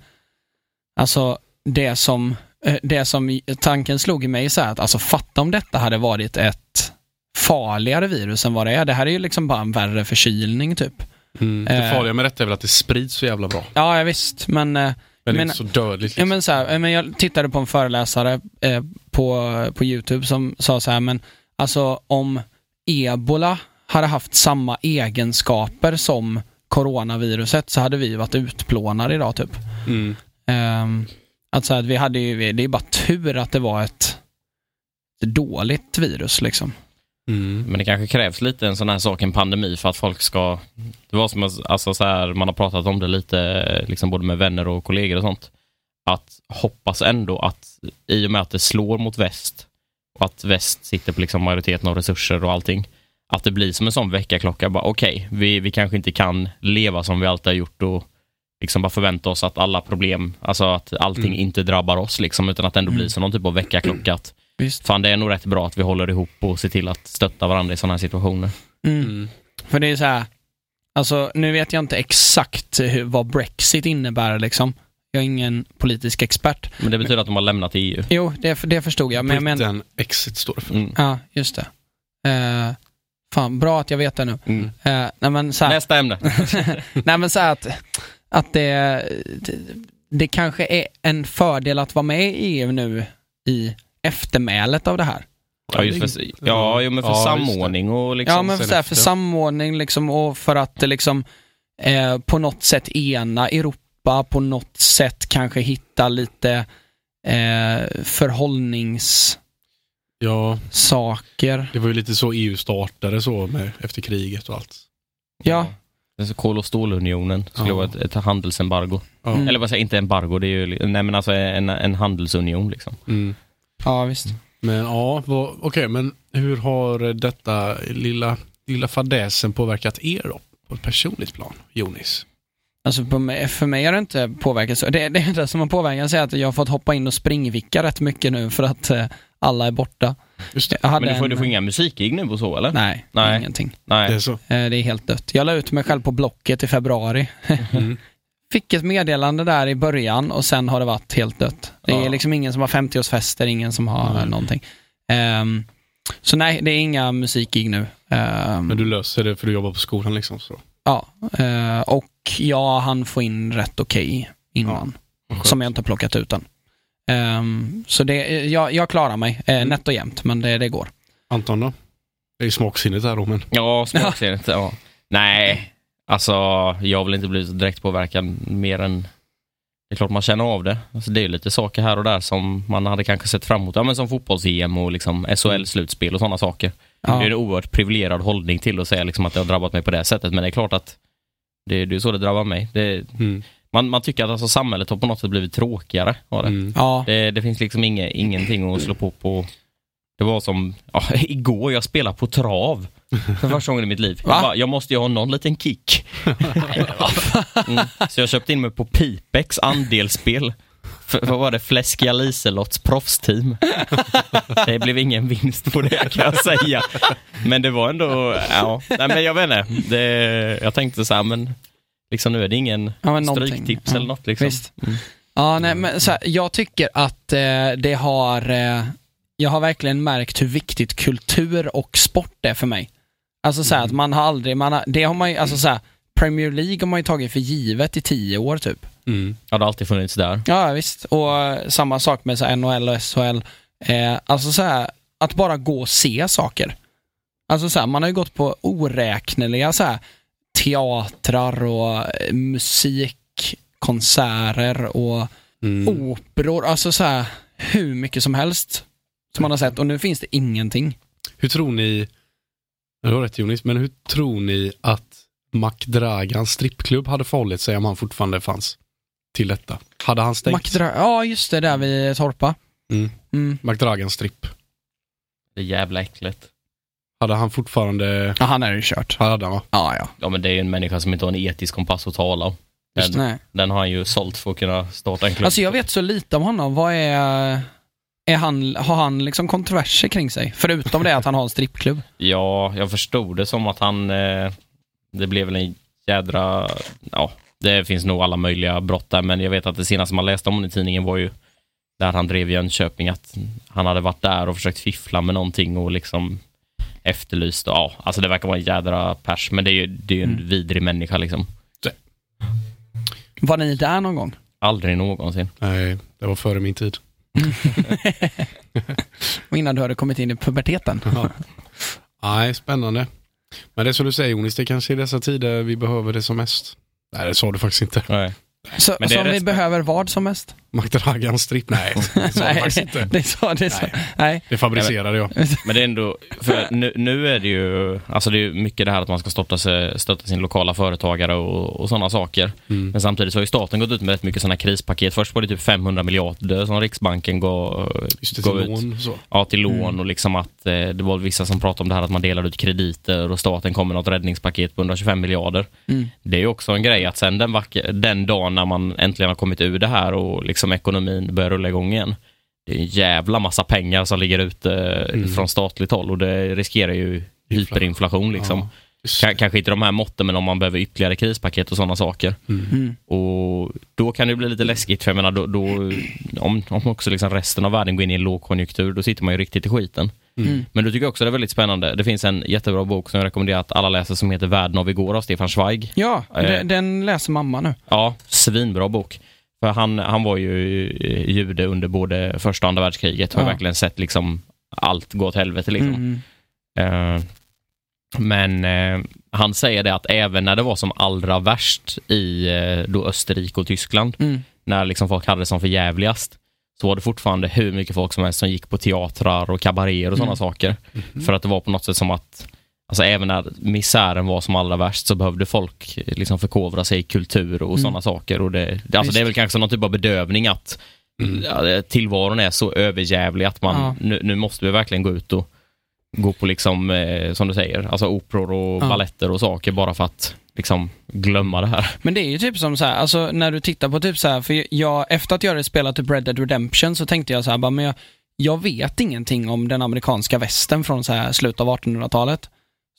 Speaker 2: alltså det som, eh, det som i- tanken slog i mig så här att alltså fatta om detta hade varit ett farligare virus än vad det är. Det här är ju liksom bara en värre förkylning typ.
Speaker 3: mm. det
Speaker 2: Eh.
Speaker 3: farliga med detta är väl att det sprids så jävla bra.
Speaker 2: Ja, ja visst, men eh,
Speaker 3: Men, det är
Speaker 2: Men-
Speaker 3: inte så dödligt.
Speaker 2: Ja,
Speaker 3: Liksom.
Speaker 2: men så här, ja, men jag tittade på en föreläsare eh, på, på YouTube som sa så här, men alltså om ebola hade haft samma egenskaper som coronaviruset så hade vi varit utplånade idag typ.
Speaker 3: Mm.
Speaker 2: Ehm, att så här, vi hade ju, det är bara tur att det var ett dåligt virus liksom.
Speaker 3: Mm.
Speaker 1: Men det kanske krävs lite en sån här sak, en pandemi, för att folk ska... Det var som att- alltså, så här, man har pratat om det lite, liksom både med vänner och kollegor och sånt. Att hoppas ändå att i och med att det slår mot väst och att väst sitter på liksom majoriteten av resurser och allting, att det blir som en sån väckarklocka. bara Okej, vi, vi kanske inte kan leva som vi alltid har gjort och liksom bara förvänta oss att alla problem, alltså att allting
Speaker 3: Mm.
Speaker 1: inte drabbar oss liksom, utan att det ändå
Speaker 2: Mm.
Speaker 1: blir som någon typ av väckarklocka. Att
Speaker 2: Visst.
Speaker 1: fan det är nog rätt bra att vi håller ihop och ser till att stötta varandra i sådana här situationer.
Speaker 2: Mm.
Speaker 3: Mm.
Speaker 2: För det är så här, alltså nu vet jag inte exakt hur, vad Brexit innebär liksom. Jag är ingen politisk expert.
Speaker 1: Men det betyder att de har lämnat E EU.
Speaker 2: Jo, det, det förstod jag. Men jag men,
Speaker 3: Britain Exit står det för.
Speaker 1: Mm.
Speaker 2: Ja, just det. Eh, fan, bra att jag vet det nu.
Speaker 1: Mm.
Speaker 2: Eh, nej men så här,
Speaker 1: Nästa ämne.
Speaker 2: nej, men så här att, att det, det, det kanske är en fördel att vara med i EU nu i eftermälet av det här.
Speaker 1: Ja, just för, ja jo, men för
Speaker 3: Ja, just det.
Speaker 1: samordning och liksom.
Speaker 2: ja, men för,
Speaker 3: sen
Speaker 2: så här, för
Speaker 3: efter.
Speaker 2: samordning liksom och för att det liksom eh, på något sätt ena Europa, på något sätt kanske hitta lite eh, förhållningssaker.
Speaker 3: Ja, det var ju lite så EU startade så med, efter kriget och allt.
Speaker 2: Ja,
Speaker 1: Det är så Kol och stålunionen skulle
Speaker 3: Ja.
Speaker 1: vara ett, ett handelsembargo.
Speaker 3: Ja.
Speaker 2: Mm.
Speaker 1: Eller vad säger jag, inte embargo, det är ju, li- nej men alltså en, en handelsunion liksom.
Speaker 3: Mm.
Speaker 2: ja visst.
Speaker 3: Men ja, vad- okej, men hur har detta lilla, lilla fadäsen påverkat er då? På ett personligt plan, Jonis?
Speaker 2: Alltså på mig, för mig har det inte påverkat så. Det, det enda som har påverkat är att jag har fått hoppa in och springvicka rätt mycket nu för att eh, alla är borta.
Speaker 3: Just det.
Speaker 2: Jag hade
Speaker 1: Men du får,
Speaker 2: en,
Speaker 1: du får inga musikgig nu och så eller?
Speaker 2: Nej,
Speaker 1: Nej.
Speaker 2: ingenting.
Speaker 1: Nej.
Speaker 3: Det är så.
Speaker 2: Eh, det är helt dött. Jag la ut mig själv på Blocket i februari.
Speaker 3: Mm.
Speaker 2: Fick ett meddelande där i början och sen har det varit helt dött. Det är
Speaker 1: Ja.
Speaker 2: liksom ingen som har 50-årsfester, ingen som har
Speaker 3: Nej.
Speaker 2: någonting. Ehm, så nej, det är inga musikgig nu. Ehm,
Speaker 3: Men du löser det för du jobbar på skolan liksom. Så.
Speaker 2: Ja, eh, och jag han få in rätt okej innan.
Speaker 3: skönt.
Speaker 2: som jag inte har plockat ut än. Ehm, så det, eh, jag, jag klarar mig eh, nätt och jämnt, men det, det går.
Speaker 3: Anton då? Det är ju smaksinnet här då, men
Speaker 1: Ja, smaksinnet. ja. Nej, alltså jag vill inte bli så direkt påverkad mer än det är klart man känner av det. Alltså det är lite saker här och där som man hade kanske sett fram emot. Ja, men som fotbolls-EM och liksom SHL-slutspel och sådana saker.
Speaker 2: Ja.
Speaker 1: Det är en oerhört privilegierad hållning till att säga liksom att det har drabbat mig på det här sättet. Men det är klart att det, det är så det drabbar mig. Det,
Speaker 3: Mm.
Speaker 1: man, man tycker att alltså samhället har på något sätt blivit tråkigare av det.
Speaker 3: Mm.
Speaker 2: Ja,
Speaker 1: Det, det finns liksom inge, ingenting att slå på på. Det var som, ja, igår jag spelade på trav. För första gången i mitt liv.
Speaker 2: Va?
Speaker 1: Jag, bara, jag måste ju ha någon liten kick. mm. Så jag köpte in mig på Pipex andelsspel. För, vad var det? Fläskiga Liselotts proffsteam. Det blev ingen vinst på det kan jag säga. Men det var ändå, ja. Nej men jag vet inte. Det, jag tänkte så här, men liksom nu är det ingen
Speaker 2: Ja, men någonting.
Speaker 1: stryktips
Speaker 2: Ja,
Speaker 1: eller något liksom.
Speaker 2: visst.
Speaker 1: Mm.
Speaker 2: ja nej, men så här, jag tycker att eh, det har, eh, jag har verkligen märkt hur viktigt kultur och sport är för mig. Alltså så här, att man har aldrig, man har, det har man ju, alltså så här, Premier League har man ju tagit för givet i tio år typ.
Speaker 3: Mm.
Speaker 1: Ja, det har alltid funnits där.
Speaker 2: Ja, visst. Och eh, samma sak med så här NHL och SHL. Eh, alltså så här, att bara gå och se saker. Alltså så här, man har ju gått på oräkneliga så här, teatrar och eh, musikkonserter och
Speaker 3: Mm.
Speaker 2: operor. Alltså så här, hur mycket som helst som man har sett och nu finns det ingenting.
Speaker 3: Hur tror ni, Ja, du har rätt Jonis, men hur tror ni att Mac Dragans strippklubb hade förhållit sig om han fortfarande fanns till detta? Hade han stängt Mac,
Speaker 2: Macdra- ja, just det, där vid Torpa.
Speaker 3: Mm.
Speaker 2: Mm.
Speaker 3: Dragans stripp?
Speaker 1: Det är jävla äckligt.
Speaker 3: Hade han fortfarande,
Speaker 2: Ja, han är ju kört.
Speaker 3: hade han va?
Speaker 2: Ja, ja.
Speaker 1: Ja men det är ju en människa som inte har en etisk kompass att tala om.
Speaker 2: Just,
Speaker 1: Den,
Speaker 2: nej.
Speaker 1: den har han ju sålt för att kunna starta en klubb.
Speaker 2: Alltså jag vet så lite om honom. Vad är... är han, har han liksom kontroverser kring sig? Förutom det att han har en strippklubb.
Speaker 1: Ja, jag förstod det som att han, eh, det blev väl en jädra, ja, det finns nog alla möjliga brott där, men jag vet att det senaste man läste om i tidningen var ju där han drev Jönköping, att han hade varit där och försökt fiffla med någonting och liksom efterlyst, ja, alltså det verkar vara en jädra pers, men det är ju, det är ju en
Speaker 2: Mm.
Speaker 1: vidrig människa liksom.
Speaker 2: Var ni där någon gång?
Speaker 1: Aldrig någonsin.
Speaker 3: Nej, det var före min tid.
Speaker 2: Och innan du hade kommit in i puberteten?
Speaker 1: Mm.
Speaker 3: Ja. Nej, spännande. Men det är som du säger Jonis, det är kanske i dessa tider vi behöver det som mest. Nej, det sa du faktiskt inte.
Speaker 1: Nej.
Speaker 2: Så,
Speaker 1: Men det är
Speaker 2: som vi
Speaker 1: rätt spännande.
Speaker 2: behöver vad som helst?
Speaker 3: Mac Dragans stripp, nej, det sa du
Speaker 2: Nej,
Speaker 3: faktiskt inte.
Speaker 2: det är så. Det är så. Nej.
Speaker 3: Det fabricerade jag.
Speaker 1: Men det är ändå, för nu, nu är det ju, alltså det är ju mycket det här att man ska stötta, sig, stötta sin lokala företagare och, och sådana saker.
Speaker 3: Mm.
Speaker 1: Men samtidigt så har ju staten gått ut med rätt mycket sådana krispaket. Först var det typ 500 miljarder som Riksbanken gav,
Speaker 3: Just det,
Speaker 1: gav
Speaker 3: till
Speaker 1: ut
Speaker 3: lån och så.
Speaker 1: ja, till lån
Speaker 2: Mm.
Speaker 1: och liksom att eh, det var vissa som pratade om det här att man delar ut krediter och staten kom med något räddningspaket på 125 miljarder.
Speaker 2: Mm.
Speaker 1: Det är ju också en grej att sen den, vack- den dagen när man äntligen har kommit ur det här och liksom ekonomin börjar rulla igång igen. Det är en jävla massa pengar som ligger ute eh,
Speaker 3: Mm.
Speaker 1: från statligt håll och det riskerar ju hyperinflation liksom.
Speaker 3: Ja, just
Speaker 1: Ka-
Speaker 3: det.
Speaker 1: kanske inte de här måtten men om man behöver ytterligare krispaket och sådana saker.
Speaker 3: Mm.
Speaker 2: Mm.
Speaker 1: Och då kan det bli lite läskigt för jag menar då, då om, om också liksom resten av världen går in i en lågkonjunktur då sitter man ju riktigt i skiten.
Speaker 2: Mm.
Speaker 1: Men då tycker jag också det är väldigt spännande. Det finns en jättebra bok som jag rekommenderar att alla läser som heter Världen av igår av Stefan Zweig.
Speaker 2: Ja,
Speaker 1: Eh.
Speaker 2: det- den läser mamma nu.
Speaker 1: Ja, svinbra bok. För han, han var ju eh, jude under både första och andra världskriget. Har
Speaker 2: Ja.
Speaker 1: verkligen sett liksom allt gå åt helvete liksom.
Speaker 2: Mm.
Speaker 1: Eh, Men eh, han säger det att även när det var som allra värst i eh, då Österrike och Tyskland,
Speaker 2: Mm.
Speaker 1: när liksom folk hade det som förjävligast, så var det fortfarande hur mycket folk som helst som gick på teatrar och kabaréer och sådana
Speaker 2: Mm.
Speaker 1: saker.
Speaker 3: Mhm.
Speaker 1: För att det var på något sätt som att, alltså även när misären var som allra värst så behövde folk eh, liksom förkovra sig i kultur och
Speaker 2: Mm.
Speaker 1: sådana saker. Och det, det- alltså
Speaker 2: Visst.
Speaker 1: det är väl kanske någon typ av bedövning att
Speaker 3: Mm.
Speaker 1: ja, det- tillvaron är så överjävlig att man,
Speaker 2: Ja.
Speaker 1: nu, nu måste vi verkligen gå ut och gå på liksom, eh, som du säger, alltså operor och
Speaker 2: Ja.
Speaker 1: balletter och saker bara för att liksom glömma det här.
Speaker 2: Men det är ju typ som så här, alltså när du tittar på typ så här, för jag, efter att jag hade spelat typ Red Dead Redemption så tänkte jag så här, bara, men jag, jag vet ingenting om den amerikanska västern från så här slutet av 1800-talet.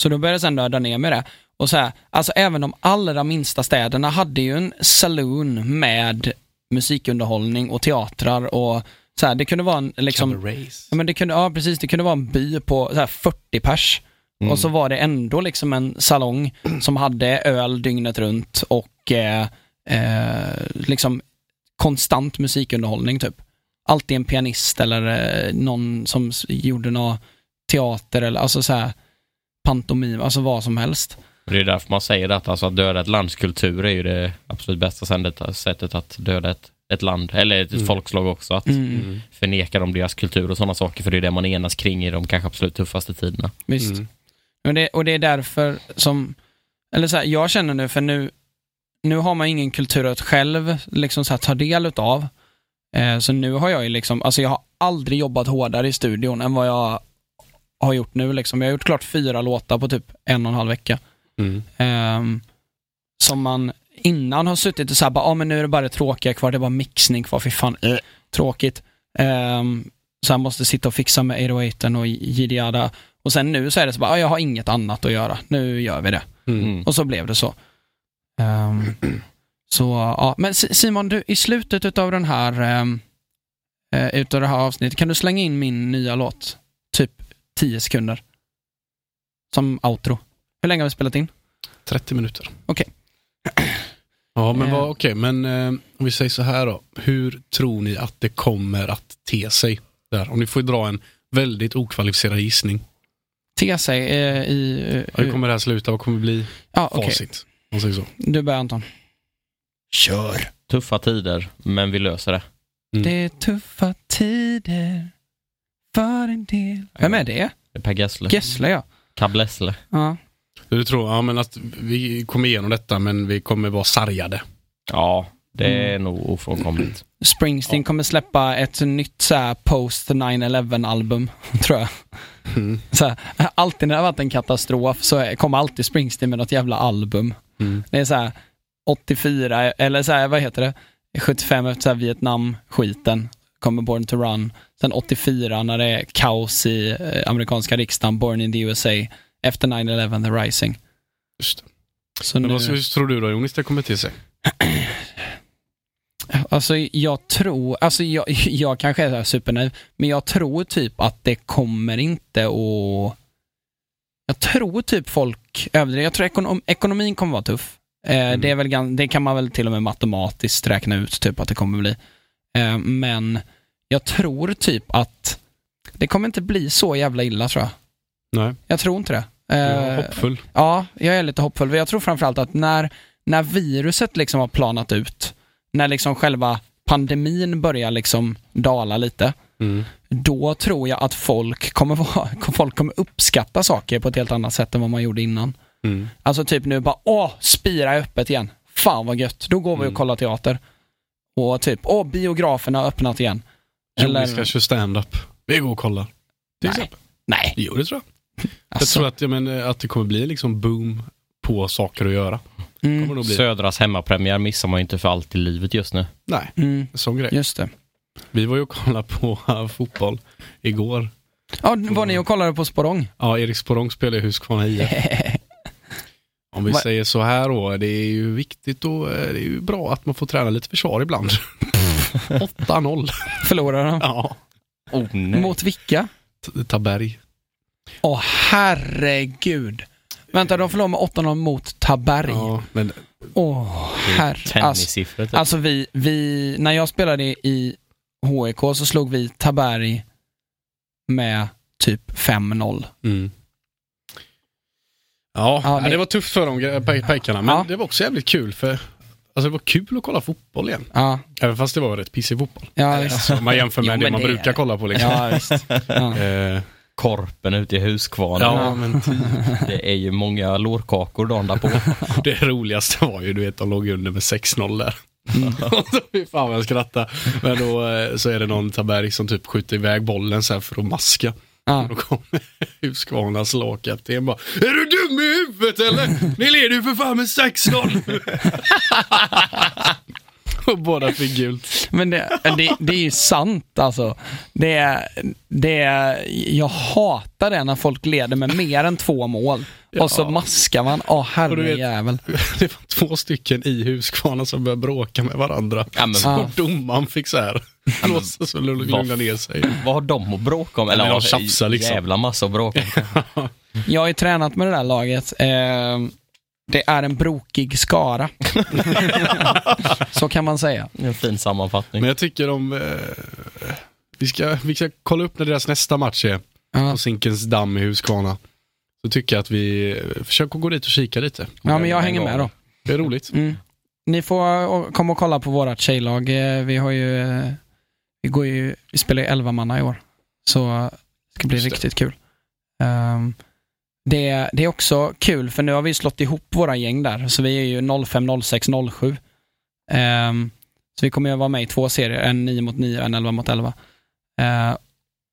Speaker 2: Så då började jag sen nörda ner mig i det. Och så här, alltså även de allra minsta städerna hade ju en saloon med musikunderhållning och teatrar och så här, det kunde vara en liksom,
Speaker 3: Cabarets.
Speaker 2: ja, men det kunde, ja precis, det kunde vara en by på så här 40 pers. Och så var det ändå liksom en salong som hade öl dygnet runt och eh, eh, liksom konstant musikunderhållning typ. Alltid en pianist eller eh, någon som s- gjorde någon teater eller alltså så här pantomim, alltså vad som helst.
Speaker 1: Och Det är därför man säger att, alltså, att döda ett lands kultur är ju det absolut bästa sändet- sättet att döda ett ett land eller ett
Speaker 3: Mm.
Speaker 1: folkslag också. Att
Speaker 2: Mm.
Speaker 1: förneka dem deras kultur och sådana saker för det är det man enas kring i de kanske absolut tuffaste tiderna.
Speaker 2: Visst.
Speaker 3: Mm.
Speaker 2: Och det, och det är därför som, eller så här, jag känner nu för nu, nu har man ingen kultur att själv liksom så här, ta del utav. Eh, så nu har jag ju liksom, alltså jag har aldrig jobbat hårdare i studion än vad jag har gjort nu liksom. Jag har gjort klart fyra låtar på typ en och en halv vecka.
Speaker 3: Mm.
Speaker 2: Ehm, som man innan har suttit och såhär, bara, ah, men nu är det bara det tråkiga kvar, det är bara mixning kvar, fy fan, eh, tråkigt. Ehm, så han måste sitta och fixa med 808 och jidiada. Och sen nu så är det så bara, ah, jag har inget annat att göra, nu gör vi det.
Speaker 3: Mm.
Speaker 1: Mm.
Speaker 2: Och så blev det så. Ehm, så, ja. Men Si- Simon, du, i slutet utav den här, ehm, eh, utav det här avsnittet, kan du slänga in min nya låt? Typ 10 sekunder. Som outro. Hur länge har vi spelat in?
Speaker 3: 30 minuter.
Speaker 2: Okej.
Speaker 3: Ja, men vad,
Speaker 2: Eh.
Speaker 3: okej, men eh, om vi säger så här då. Hur tror ni att det kommer att te sig? Där? Om ni får dra en väldigt okvalificerad gissning.
Speaker 2: te sig eh, i... eh,
Speaker 3: Hur kommer det här sluta? Vad kommer det bli?
Speaker 2: ja, okej.
Speaker 3: Facit. Mm. Om man säger så.
Speaker 2: Du börjar Anton. Kör!
Speaker 1: Tuffa tider, men vi löser det.
Speaker 2: Det är tuffa tider för en del. Vem är det?
Speaker 1: Det är Per Gessle.
Speaker 2: Gessle ja.
Speaker 1: Kablessle.
Speaker 2: ja.
Speaker 3: Du tror ja, men att vi kommer igenom detta men vi kommer vara sargade.
Speaker 1: Ja, det är
Speaker 2: Mm.
Speaker 1: nog ofrånkomligt.
Speaker 2: Springsteen kommer släppa ett nytt så här, post 9-11 album, tror jag.
Speaker 3: Mm.
Speaker 2: Så här, alltid när det har varit en katastrof så är- kommer alltid Springsteen med något jävla album.
Speaker 3: Mm.
Speaker 2: Det är så här 84, eller så här, vad heter det? 75 efter så här Vietnam-skiten, kommer Born to Run. Sen 84 när det är kaos i eh, amerikanska riksdagen, Born in the USA. Efter 9-11, The Rising.
Speaker 3: Just det.
Speaker 2: Så
Speaker 3: Men
Speaker 2: nu,
Speaker 3: vad, hur tror du då Jonas det kommer till sig?
Speaker 2: alltså jag tror, alltså jag, jag kanske är så här supernaiv, men jag tror typ att det kommer inte att... Jag tror typ folk överdriver. Jag tror ekonom, ekonomin kommer vara tuff. Eh,
Speaker 3: Mm.
Speaker 2: det, är väl, gan- det kan man väl till och med matematiskt räkna ut typ att det kommer bli. Eh, men jag tror typ att det kommer inte bli så jävla illa tror jag.
Speaker 3: Nej,
Speaker 2: Jag tror inte det.
Speaker 3: jag
Speaker 2: Eh,
Speaker 3: är hoppfull.
Speaker 2: Ja, jag är lite hoppfull. Jag tror framförallt att när, när viruset liksom har planat ut, när liksom själva pandemin börjar liksom dala lite,
Speaker 3: Mm.
Speaker 2: då tror jag att folk kommer, vara, folk kommer uppskatta saker på ett helt annat sätt än vad man gjorde innan.
Speaker 3: Mm.
Speaker 2: Alltså typ nu bara, åh, Spira är öppet igen. Fan vad gött, då går vi och
Speaker 3: Mm.
Speaker 2: kollar teater. Och typ, åh, biograferna har öppnat igen.
Speaker 3: Jonas ska köra stand-up. Vi går och kollar. Till
Speaker 2: Nej.
Speaker 3: exempel.
Speaker 2: Nej,
Speaker 3: Jo, det tror jag. Jag
Speaker 2: alltså.
Speaker 3: tror att, jag menar, att det kommer bli liksom boom på saker att göra. Kommer det
Speaker 2: Mm,
Speaker 3: nog bli.
Speaker 1: Södras hemmapremiär missar man ju inte för allt i livet just nu.
Speaker 3: Nej,
Speaker 2: mm,
Speaker 3: en sån grej.
Speaker 2: just det.
Speaker 3: Vi var ju och kollade på äh, fotboll igår.
Speaker 2: Ja, var ni och kollade på Sporrong?
Speaker 3: Ja, Erik Sporrong spelar i Huskvarna IF. Om vi
Speaker 2: Vad-
Speaker 3: säger så här då, det är ju viktigt och eh, det är ju bra att man får träna lite försvar ibland. 8-0.
Speaker 2: Förlorade de?
Speaker 3: Ja.
Speaker 1: Oh nej.
Speaker 2: Mot vilka?
Speaker 3: T- Taberg.
Speaker 2: Åh herregud. Vänta, de förlorade med 8-0 mot Taberg. Åh,
Speaker 3: Ja, men
Speaker 2: herre... Alltså,
Speaker 1: Tennissiffror typ.
Speaker 2: alltså vi, vi, när jag spelade i HEK så slog vi Taberg med typ 5-0.
Speaker 3: Mm. Ja,
Speaker 2: Ja,
Speaker 3: det...
Speaker 2: det
Speaker 3: var tufft för de gre- pe- pojkarna, men
Speaker 2: Ja.
Speaker 3: det var också jävligt kul för Alltså det var kul att kolla fotboll igen,
Speaker 2: Ja,
Speaker 3: även fast det var rätt pissig fotboll.
Speaker 2: ja, visst.
Speaker 3: Om man jämför
Speaker 2: Jo,
Speaker 3: med det
Speaker 2: men
Speaker 3: man
Speaker 2: det är
Speaker 3: brukar
Speaker 2: det.
Speaker 3: kolla på liksom.
Speaker 2: Ja, visst. Ja.
Speaker 3: Eh,
Speaker 1: Korpen ute i Huskvarna.
Speaker 3: ja, men
Speaker 1: Det är ju många lårkakor dagen därpå.
Speaker 3: det roligaste var ju, du vet, de låg under med 6-0 där.
Speaker 2: Mm.
Speaker 3: Och så, Fy fan vad jag skrattade. Men då eh, så är det någon Taberg som typ skjuter iväg bollen så här för att maska.
Speaker 2: Ja.
Speaker 3: Och då kommer Huskvarnas lagkapten bara Är du dum i huvudet eller? Ni leder ju för fan med 6-0! och båda fick gult.
Speaker 2: Men det, det, det är ju sant alltså. Det, det, jag hatar det när folk leder med mer än två mål. Och så maskar man. Åh
Speaker 3: Och du vet-
Speaker 2: herrejävel.
Speaker 3: Det var två stycken i Huskvarna som började bråka med varandra.
Speaker 1: Ja, men-
Speaker 3: så
Speaker 2: Ja.
Speaker 3: domaren fick så här låsa så lugna ner sig.
Speaker 1: Vad har de att bråka om?
Speaker 3: men de
Speaker 1: ja,
Speaker 3: tjafsar liksom.
Speaker 1: Jävla massa att bråka om.
Speaker 2: Jag har ju tränat med det där laget. Eh, det är en brokig skara. så kan man säga.
Speaker 1: En fin sammanfattning.
Speaker 3: Men jag tycker de... Eh, vi, ska, vi ska kolla upp när deras nästa match är.
Speaker 2: Ja.
Speaker 3: på Zinkens damm i Huskvarna. Så tycker jag att vi eh, försöker gå dit och kika lite.
Speaker 2: ja, men jag hänger med då.
Speaker 3: Det är roligt.
Speaker 2: Mm. Ni får eh, komma och kolla på vårat tjejlag. Eh, Vi har ju, eh, vi går ju, vi spelar ju 11 manna i år. Så eh, det ska bli
Speaker 3: Just det.
Speaker 2: riktigt kul. Ehm, det, det är också kul för nu har vi slått ihop våra gäng där. Så vi är ju 05, 06, 07. Ehm, så vi kommer ju vara med i två serier, en 9 mot 9 och en 11 mot 11. Eh,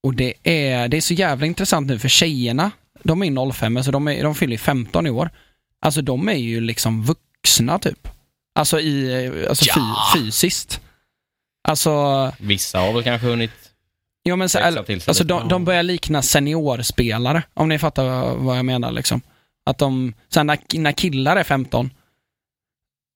Speaker 2: och det är, det är så jävla intressant nu för tjejerna, de är ju 05 så de, är, de fyller ju 15 i år. Alltså de är ju liksom vuxna typ. Alltså, i, eh, alltså fy, fysiskt. Alltså,
Speaker 1: Vissa har väl kanske hunnit
Speaker 2: ja men så, eller-
Speaker 1: växa till sig
Speaker 2: Alltså
Speaker 1: lite.
Speaker 2: de, de börjar likna seniorspelare, om ni fattar vad- vad jag menar. Liksom. Att de, så här, när, när killar är 15,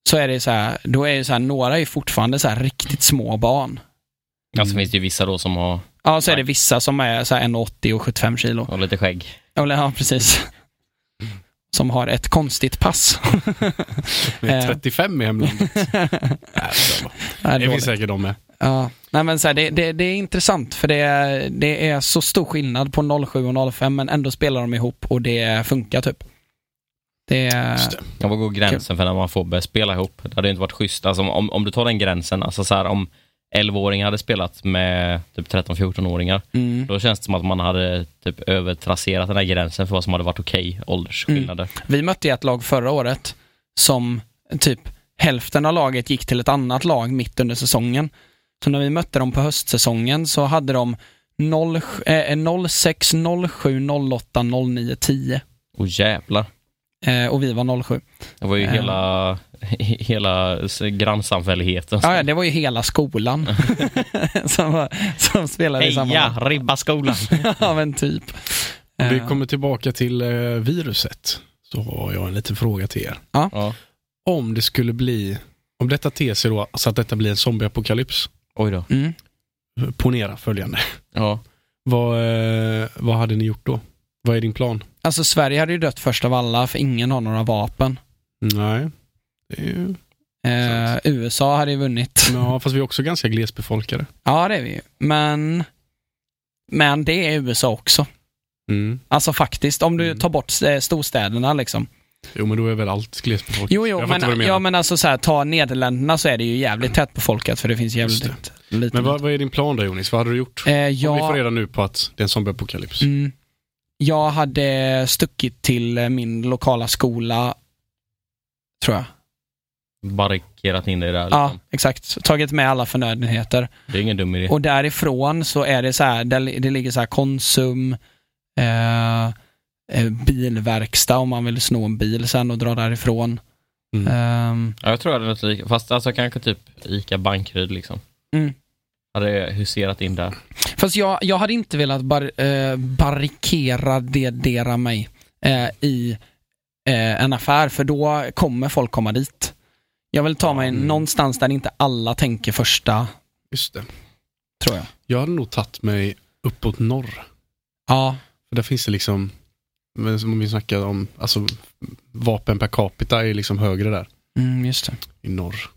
Speaker 2: så är det så här, då är det så här, några är fortfarande så här riktigt små barn.
Speaker 1: Ja, så Alltså, finns det ju vissa då som har,
Speaker 2: Ja, så är det vissa som är så här 1,80 och 75 kilo.
Speaker 1: har lite skägg.
Speaker 2: Eller ja, precis. Som har ett konstigt pass.
Speaker 3: Vi är
Speaker 2: Eh.
Speaker 3: 35 i hemlandet. Nej,
Speaker 2: Det är
Speaker 3: det finns
Speaker 2: dåligt.
Speaker 3: säkert de med.
Speaker 2: Ja, nej men så här, det, det, det är intressant för det, är- det är så stor skillnad på 07 och 05 men ändå spelar de ihop och det funkar typ. Det,
Speaker 3: Just det.
Speaker 1: Ja, vad går gränsen för när man får börja spela ihop? Det hade ju inte varit schysst. Alltså, om, om du tar den gränsen, alltså så här, om 11-åringar hade spelat med typ 13-14-åringar,
Speaker 2: mm.
Speaker 1: då känns det som att man hade typ övertrasserat den där gränsen för vad som hade varit okej
Speaker 3: Mm.
Speaker 1: åldersskillnader.
Speaker 2: Vi mötte ju ett lag förra året som typ hälften av laget gick till ett annat lag mitt under säsongen. Så när vi mötte dem på höstsäsongen så hade de 0, eh, 06, 07, 08, 09, 10
Speaker 1: Och jävlar.
Speaker 2: eh, och vi var 07.
Speaker 1: Det var ju
Speaker 2: Ja.
Speaker 1: hela, hela s- grannsamfälligheten.
Speaker 2: Ja, ja, det var ju hela skolan som, var, som spelade i samma
Speaker 1: Heja
Speaker 2: lag.
Speaker 1: Ribbaskolan!
Speaker 2: ja, men typ.
Speaker 3: Om vi
Speaker 2: Eh,
Speaker 3: kommer tillbaka till eh, viruset så har jag en liten fråga till er.
Speaker 1: ja.
Speaker 3: Om det skulle bli, om detta ter sig då, så att detta blir en zombieapokalyps.
Speaker 1: Oj då.
Speaker 2: Mm.
Speaker 3: Ponera följande.
Speaker 1: Ja.
Speaker 3: Vad, eh, vad hade ni gjort då? Vad är din plan?
Speaker 2: Alltså Sverige hade ju dött först av alla för ingen har några vapen.
Speaker 3: Nej. Det är ju-
Speaker 2: Eh,
Speaker 3: Sant.
Speaker 2: USA hade ju vunnit.
Speaker 3: Ja, fast vi är också ganska glesbefolkade.
Speaker 2: Ja, det är vi ju. Men, men det är USA också.
Speaker 3: Mm.
Speaker 2: Alltså faktiskt, om du
Speaker 3: Mm.
Speaker 2: tar bort eh, storstäderna liksom.
Speaker 3: Jo, men då är väl allt glesbefolkat.
Speaker 2: Jo, jo,
Speaker 3: jag fattar vad
Speaker 2: men,
Speaker 3: du menar.
Speaker 2: ja, men alltså så här, ta Nederländerna så är det ju jävligt tätbefolkat för det finns jävligt
Speaker 3: Just
Speaker 2: lite.
Speaker 3: men vad, vad är din plan då Jonis? Vad hade du gjort?
Speaker 2: eh,
Speaker 3: Om vi får
Speaker 2: jag,
Speaker 3: reda nu på att det är en zombieapokalyps.
Speaker 2: mm, jag hade stuckit till eh, min lokala skola, tror jag.
Speaker 1: Barrikerat in dig där. Liksom.
Speaker 2: Ja, exakt. Tagit med alla förnödenheter.
Speaker 1: Det är ingen dum idé.
Speaker 2: Och därifrån så är det så här, där li- det ligger så här Konsum, eh, eh, bilverkstad om man vill sno en bil sen och dra därifrån.
Speaker 3: Mm.
Speaker 2: Ehm,
Speaker 1: Ja, jag tror jag hade något lika. Fast alltså kanske typ ICA Bankryd liksom.
Speaker 2: Mm.
Speaker 1: Hade huserat in där.
Speaker 2: fast jag, jag hade inte velat bar, eh, barrikera det dera mig eh, i eh, en affär för då kommer folk komma dit. Jag vill ta mig
Speaker 3: Mm.
Speaker 2: någonstans där inte alla tänker första,
Speaker 3: Just det.
Speaker 2: tror jag.
Speaker 3: Jag hade nog tagit mig uppåt norr.
Speaker 2: Ja,
Speaker 3: För där finns det liksom, men som vi snackade om, alltså vapen per capita är liksom högre där
Speaker 2: mm, just det.
Speaker 3: i norr.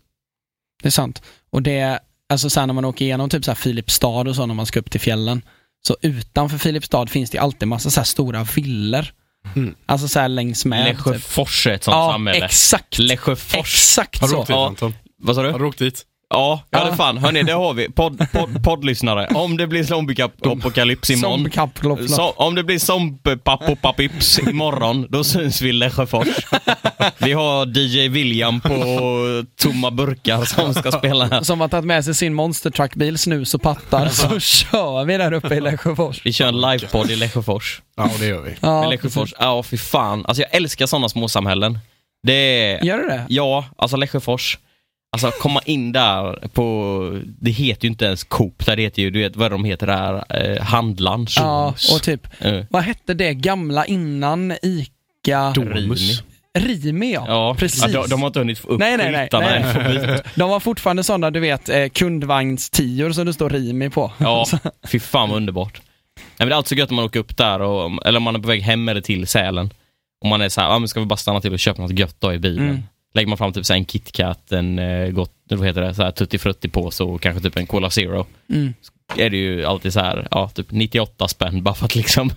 Speaker 2: Det är sant. Och det, alltså sen när man åker igenom typ så här Filipstad och så när man ska upp till fjällen. Så utanför Filipstad finns det alltid massa så här stora villor.
Speaker 3: Mm.
Speaker 2: Alltså så här längs med. typ.
Speaker 1: Lesjöfors är ett sånt
Speaker 2: Ja,
Speaker 1: samhälle.
Speaker 2: exakt.
Speaker 1: Lesjöfors.
Speaker 2: Exakt
Speaker 3: Har du
Speaker 2: så.
Speaker 3: åkt dit
Speaker 1: Ja.
Speaker 3: Anton?
Speaker 1: Vad sa
Speaker 3: Har
Speaker 1: du?
Speaker 3: du åkt dit?
Speaker 1: Ja,
Speaker 2: Ja.
Speaker 1: ja det fan. Hörni, det har vi. Podd, podd, poddlyssnare. Om det blir zombieapokalyps imorgon.
Speaker 2: Zombie-kapplopp.
Speaker 1: Så, om det blir zombiepapopapips imorgon, då syns vi i Lesjöfors. Vi har DJ William på tomma burkar som ska spela här.
Speaker 2: Som har tagit med sig sin monstertruckbil, snus och pattar. så kör vi där uppe i Lesjöfors.
Speaker 1: Vi kör en livepodd i Lesjöfors.
Speaker 3: Ja, det gör vi.
Speaker 1: Men
Speaker 2: Ja,
Speaker 1: Lesjöfors, ja fy fan. Alltså jag älskar sådana småsamhällen. Det är,
Speaker 2: gör du det?
Speaker 1: ja, alltså Lesjöfors. Alltså komma in där på, det heter ju inte ens Coop där, det heter ju, du vet vad de heter där, eh, Handlaren.
Speaker 2: Ja, och typ,
Speaker 1: Eh,
Speaker 2: vad hette det gamla innan ICA?
Speaker 3: Domus.
Speaker 2: Rimi ja.
Speaker 1: ja,
Speaker 2: precis.
Speaker 1: Ja, de, de har inte hunnit få upp
Speaker 2: Nej, nej, nej,
Speaker 1: skyltarna
Speaker 2: nej.
Speaker 1: än, får byta.
Speaker 2: De var fortfarande sådana, du vet, eh, kundvagnstior som det står Rimi på.
Speaker 1: Ja, fy fan vad underbart. Nej, men det är alltid så gött när man åker upp där, och, eller om man är på väg hem eller till Sälen. Och man är så här, ah, men ska vi bara stanna till och köpa något gött då i bilen?
Speaker 2: Mm.
Speaker 1: Lägger man fram typ så här en KitKat, en eh, gott, vad heter det, så här Tutti Frutti påse och kanske typ en Cola Zero.
Speaker 2: Mm.
Speaker 1: Är det ju alltid så här, ja, typ 98 spänn bara för att liksom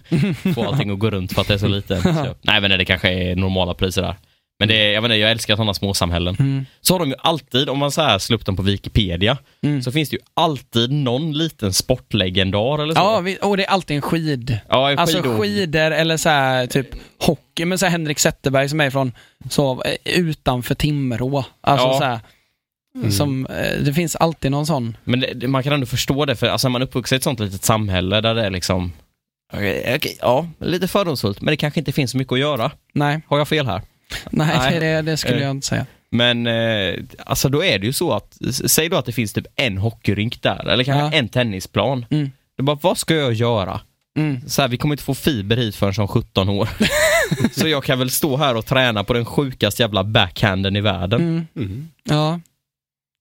Speaker 1: få allting att gå runt för att det är så lite. Så, nej men nej, det kanske är normala priser där. Men det, är- jag, vet inte, jag älskar sådana små samhällen. Så har de ju alltid, om man så här slår upp dem på Wikipedia,
Speaker 2: Mm.
Speaker 1: så finns det ju alltid någon liten sportlegendar eller så.
Speaker 2: Ja, vi, och det är alltid en skid.
Speaker 1: Ja, en
Speaker 2: Alltså
Speaker 1: skidor.
Speaker 2: skidor eller så här, typ hockey, men så här Henrik Zetterberg som är från så, eh, utanför Timrå. Alltså
Speaker 1: Ja. Mm.
Speaker 2: så här, som, eh, det finns alltid någon sån.
Speaker 1: Men det, det, man kan ändå förstå det, för alltså, när man är uppvuxen i ett sånt litet samhälle där det är liksom Okej, okej, ja, lite fördomsfullt, men det kanske inte finns så mycket att göra.
Speaker 2: Nej,
Speaker 1: Har jag fel här?
Speaker 2: nej,
Speaker 1: Nej.
Speaker 2: Det, det skulle
Speaker 1: Eh.
Speaker 2: jag inte säga.
Speaker 1: Men eh, alltså då är det ju så att, s- säg då att det finns typ en hockeyrink där, eller kanske
Speaker 2: Ja.
Speaker 1: en tennisplan.
Speaker 2: Mm.
Speaker 1: Det är bara, vad ska jag göra?
Speaker 2: Mm.
Speaker 1: Så här, vi kommer inte få fiber hit förrän som 17 år. så jag kan väl stå här och träna på den sjukaste jävla backhanden i världen.
Speaker 2: Mm.
Speaker 3: Mm.
Speaker 2: Ja.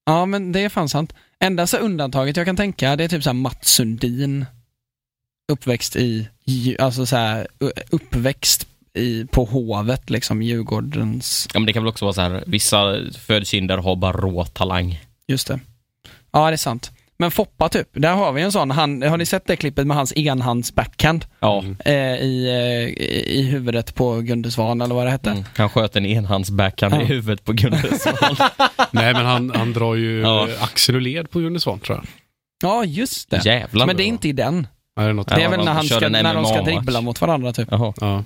Speaker 2: ja, men det är fan sant. Enda så undantaget jag kan tänka, det är typ så här Mats Sundin. Uppväxt i, Dju- alltså så här, u- uppväxt i, på hovet liksom, Djurgårdens
Speaker 1: Ja, men det kan väl också vara så här, vissa föds in där och har bara rå talang.
Speaker 2: Just det. Ja, det är sant. Men Foppa typ, där har vi en sån. Han, har ni sett det klippet med hans enhands backhand
Speaker 1: Ja,
Speaker 2: eh, i, eh, i huvudet på Gunde Svan eller vad det hette?
Speaker 1: Mm. Han sköt en enhandsbackhand i
Speaker 2: Ja.
Speaker 1: huvudet på Gunde Svan.
Speaker 3: Nej men han, han drar ju
Speaker 1: Ja.
Speaker 3: eh, axel och led på Gunde Svan tror jag.
Speaker 2: Ja, just det.
Speaker 1: Jävlar.
Speaker 2: Men det är inte i den.
Speaker 3: Nej, det är något
Speaker 1: Ja,
Speaker 2: Det är väl
Speaker 1: de
Speaker 2: när, han
Speaker 1: körde
Speaker 2: ska,
Speaker 1: en
Speaker 2: när de ska
Speaker 1: MMA-match.
Speaker 2: dribbla mot varandra typ.
Speaker 1: Jaha.
Speaker 3: Ja.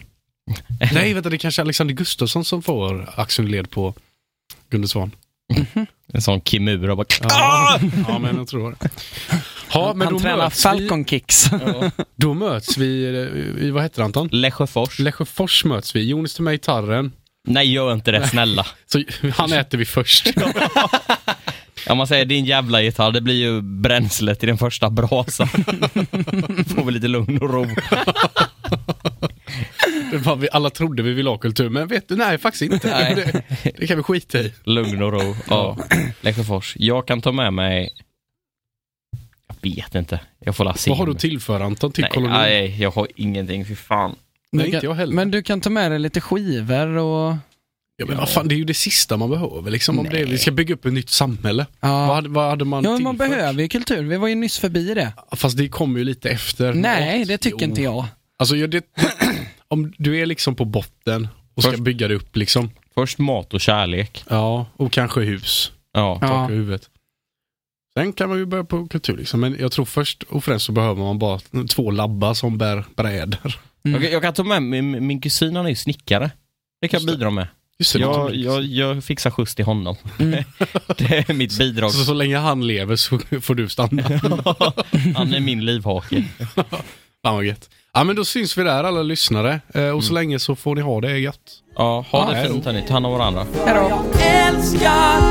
Speaker 3: Nej vänta, det är kanske är Alexander Gustafsson som får axel och led på Gunde Svan.
Speaker 1: En sån kimura bara...
Speaker 3: Ja. ja men jag tror det. Ja men
Speaker 2: han
Speaker 3: då
Speaker 2: tränar
Speaker 3: möts, vi,
Speaker 2: Falcon Kicks.
Speaker 3: då möts vi eh, i, vad heter det Anton?
Speaker 1: Lesjöfors.
Speaker 3: Lesjöfors möts vi. Jonas till mig tarren.
Speaker 1: Nej, gör inte det snälla.
Speaker 3: Så han äter vi först.
Speaker 1: Om man säger din jävla gitarr, det blir ju bränsle till den första brasan. Får vi lite lugn och ro.
Speaker 3: Det var vi, alla trodde vi ville ha kultur, men vet du, nej faktiskt inte.
Speaker 1: Nej.
Speaker 3: Det, det kan vi skita i.
Speaker 1: Lugn och ro. Ja. Lesjöfors. Jag kan ta med mig... Jag vet inte. Jag får la se.
Speaker 3: Vad har du att tillföra Anton till
Speaker 1: Nej,
Speaker 3: kolonin? Nej,
Speaker 1: nej, jag har ingenting. Fy fan.
Speaker 2: Du
Speaker 3: inte
Speaker 2: kan-
Speaker 3: jag heller.
Speaker 2: Men du kan ta med dig lite skivor och...
Speaker 3: ja, men vad fan, det är ju det sista man behöver liksom. Om det, vi ska bygga upp ett nytt samhälle. Vad,
Speaker 2: Ja.
Speaker 3: hade, vad hade man
Speaker 2: Ja, men man
Speaker 3: tillfört?
Speaker 2: behöver ju kultur. Vi var ju nyss förbi det.
Speaker 3: Fast det kommer ju lite efter.
Speaker 2: Nej, det tycker
Speaker 3: Jo.
Speaker 2: inte jag.
Speaker 3: Alltså, ja, det, om du är liksom på botten och ska
Speaker 1: Först-
Speaker 3: bygga det upp liksom.
Speaker 1: Först mat och kärlek.
Speaker 3: Ja, och kanske hus.
Speaker 1: Ja.
Speaker 2: Ja.
Speaker 3: Tak i huvudet. Sen kan man ju börja på kultur liksom. Men jag tror först och främst så behöver man bara två labbar som bär brädor.
Speaker 2: Mm.
Speaker 1: Jag, kan- jag kan ta med min, min kusin, han är ju snickare. Det kan jag
Speaker 3: Just det.
Speaker 1: bidra med.
Speaker 3: Just det,
Speaker 1: Jag,
Speaker 3: det-
Speaker 1: jag, jag fixar skjuts till honom.
Speaker 2: Mm.
Speaker 1: Det är mitt bidrag.
Speaker 3: Så, så länge han lever så får du stanna.
Speaker 1: Han är min livhake.
Speaker 3: Fan vad gött. Ja men då syns vi där alla lyssnare. Eh, och så länge så får ni ha det gött.
Speaker 1: Ja, ha
Speaker 3: Ja,
Speaker 1: det
Speaker 3: hej då.
Speaker 1: fint hörni. Ta hand om varandra.
Speaker 2: Hej då.
Speaker 4: älskar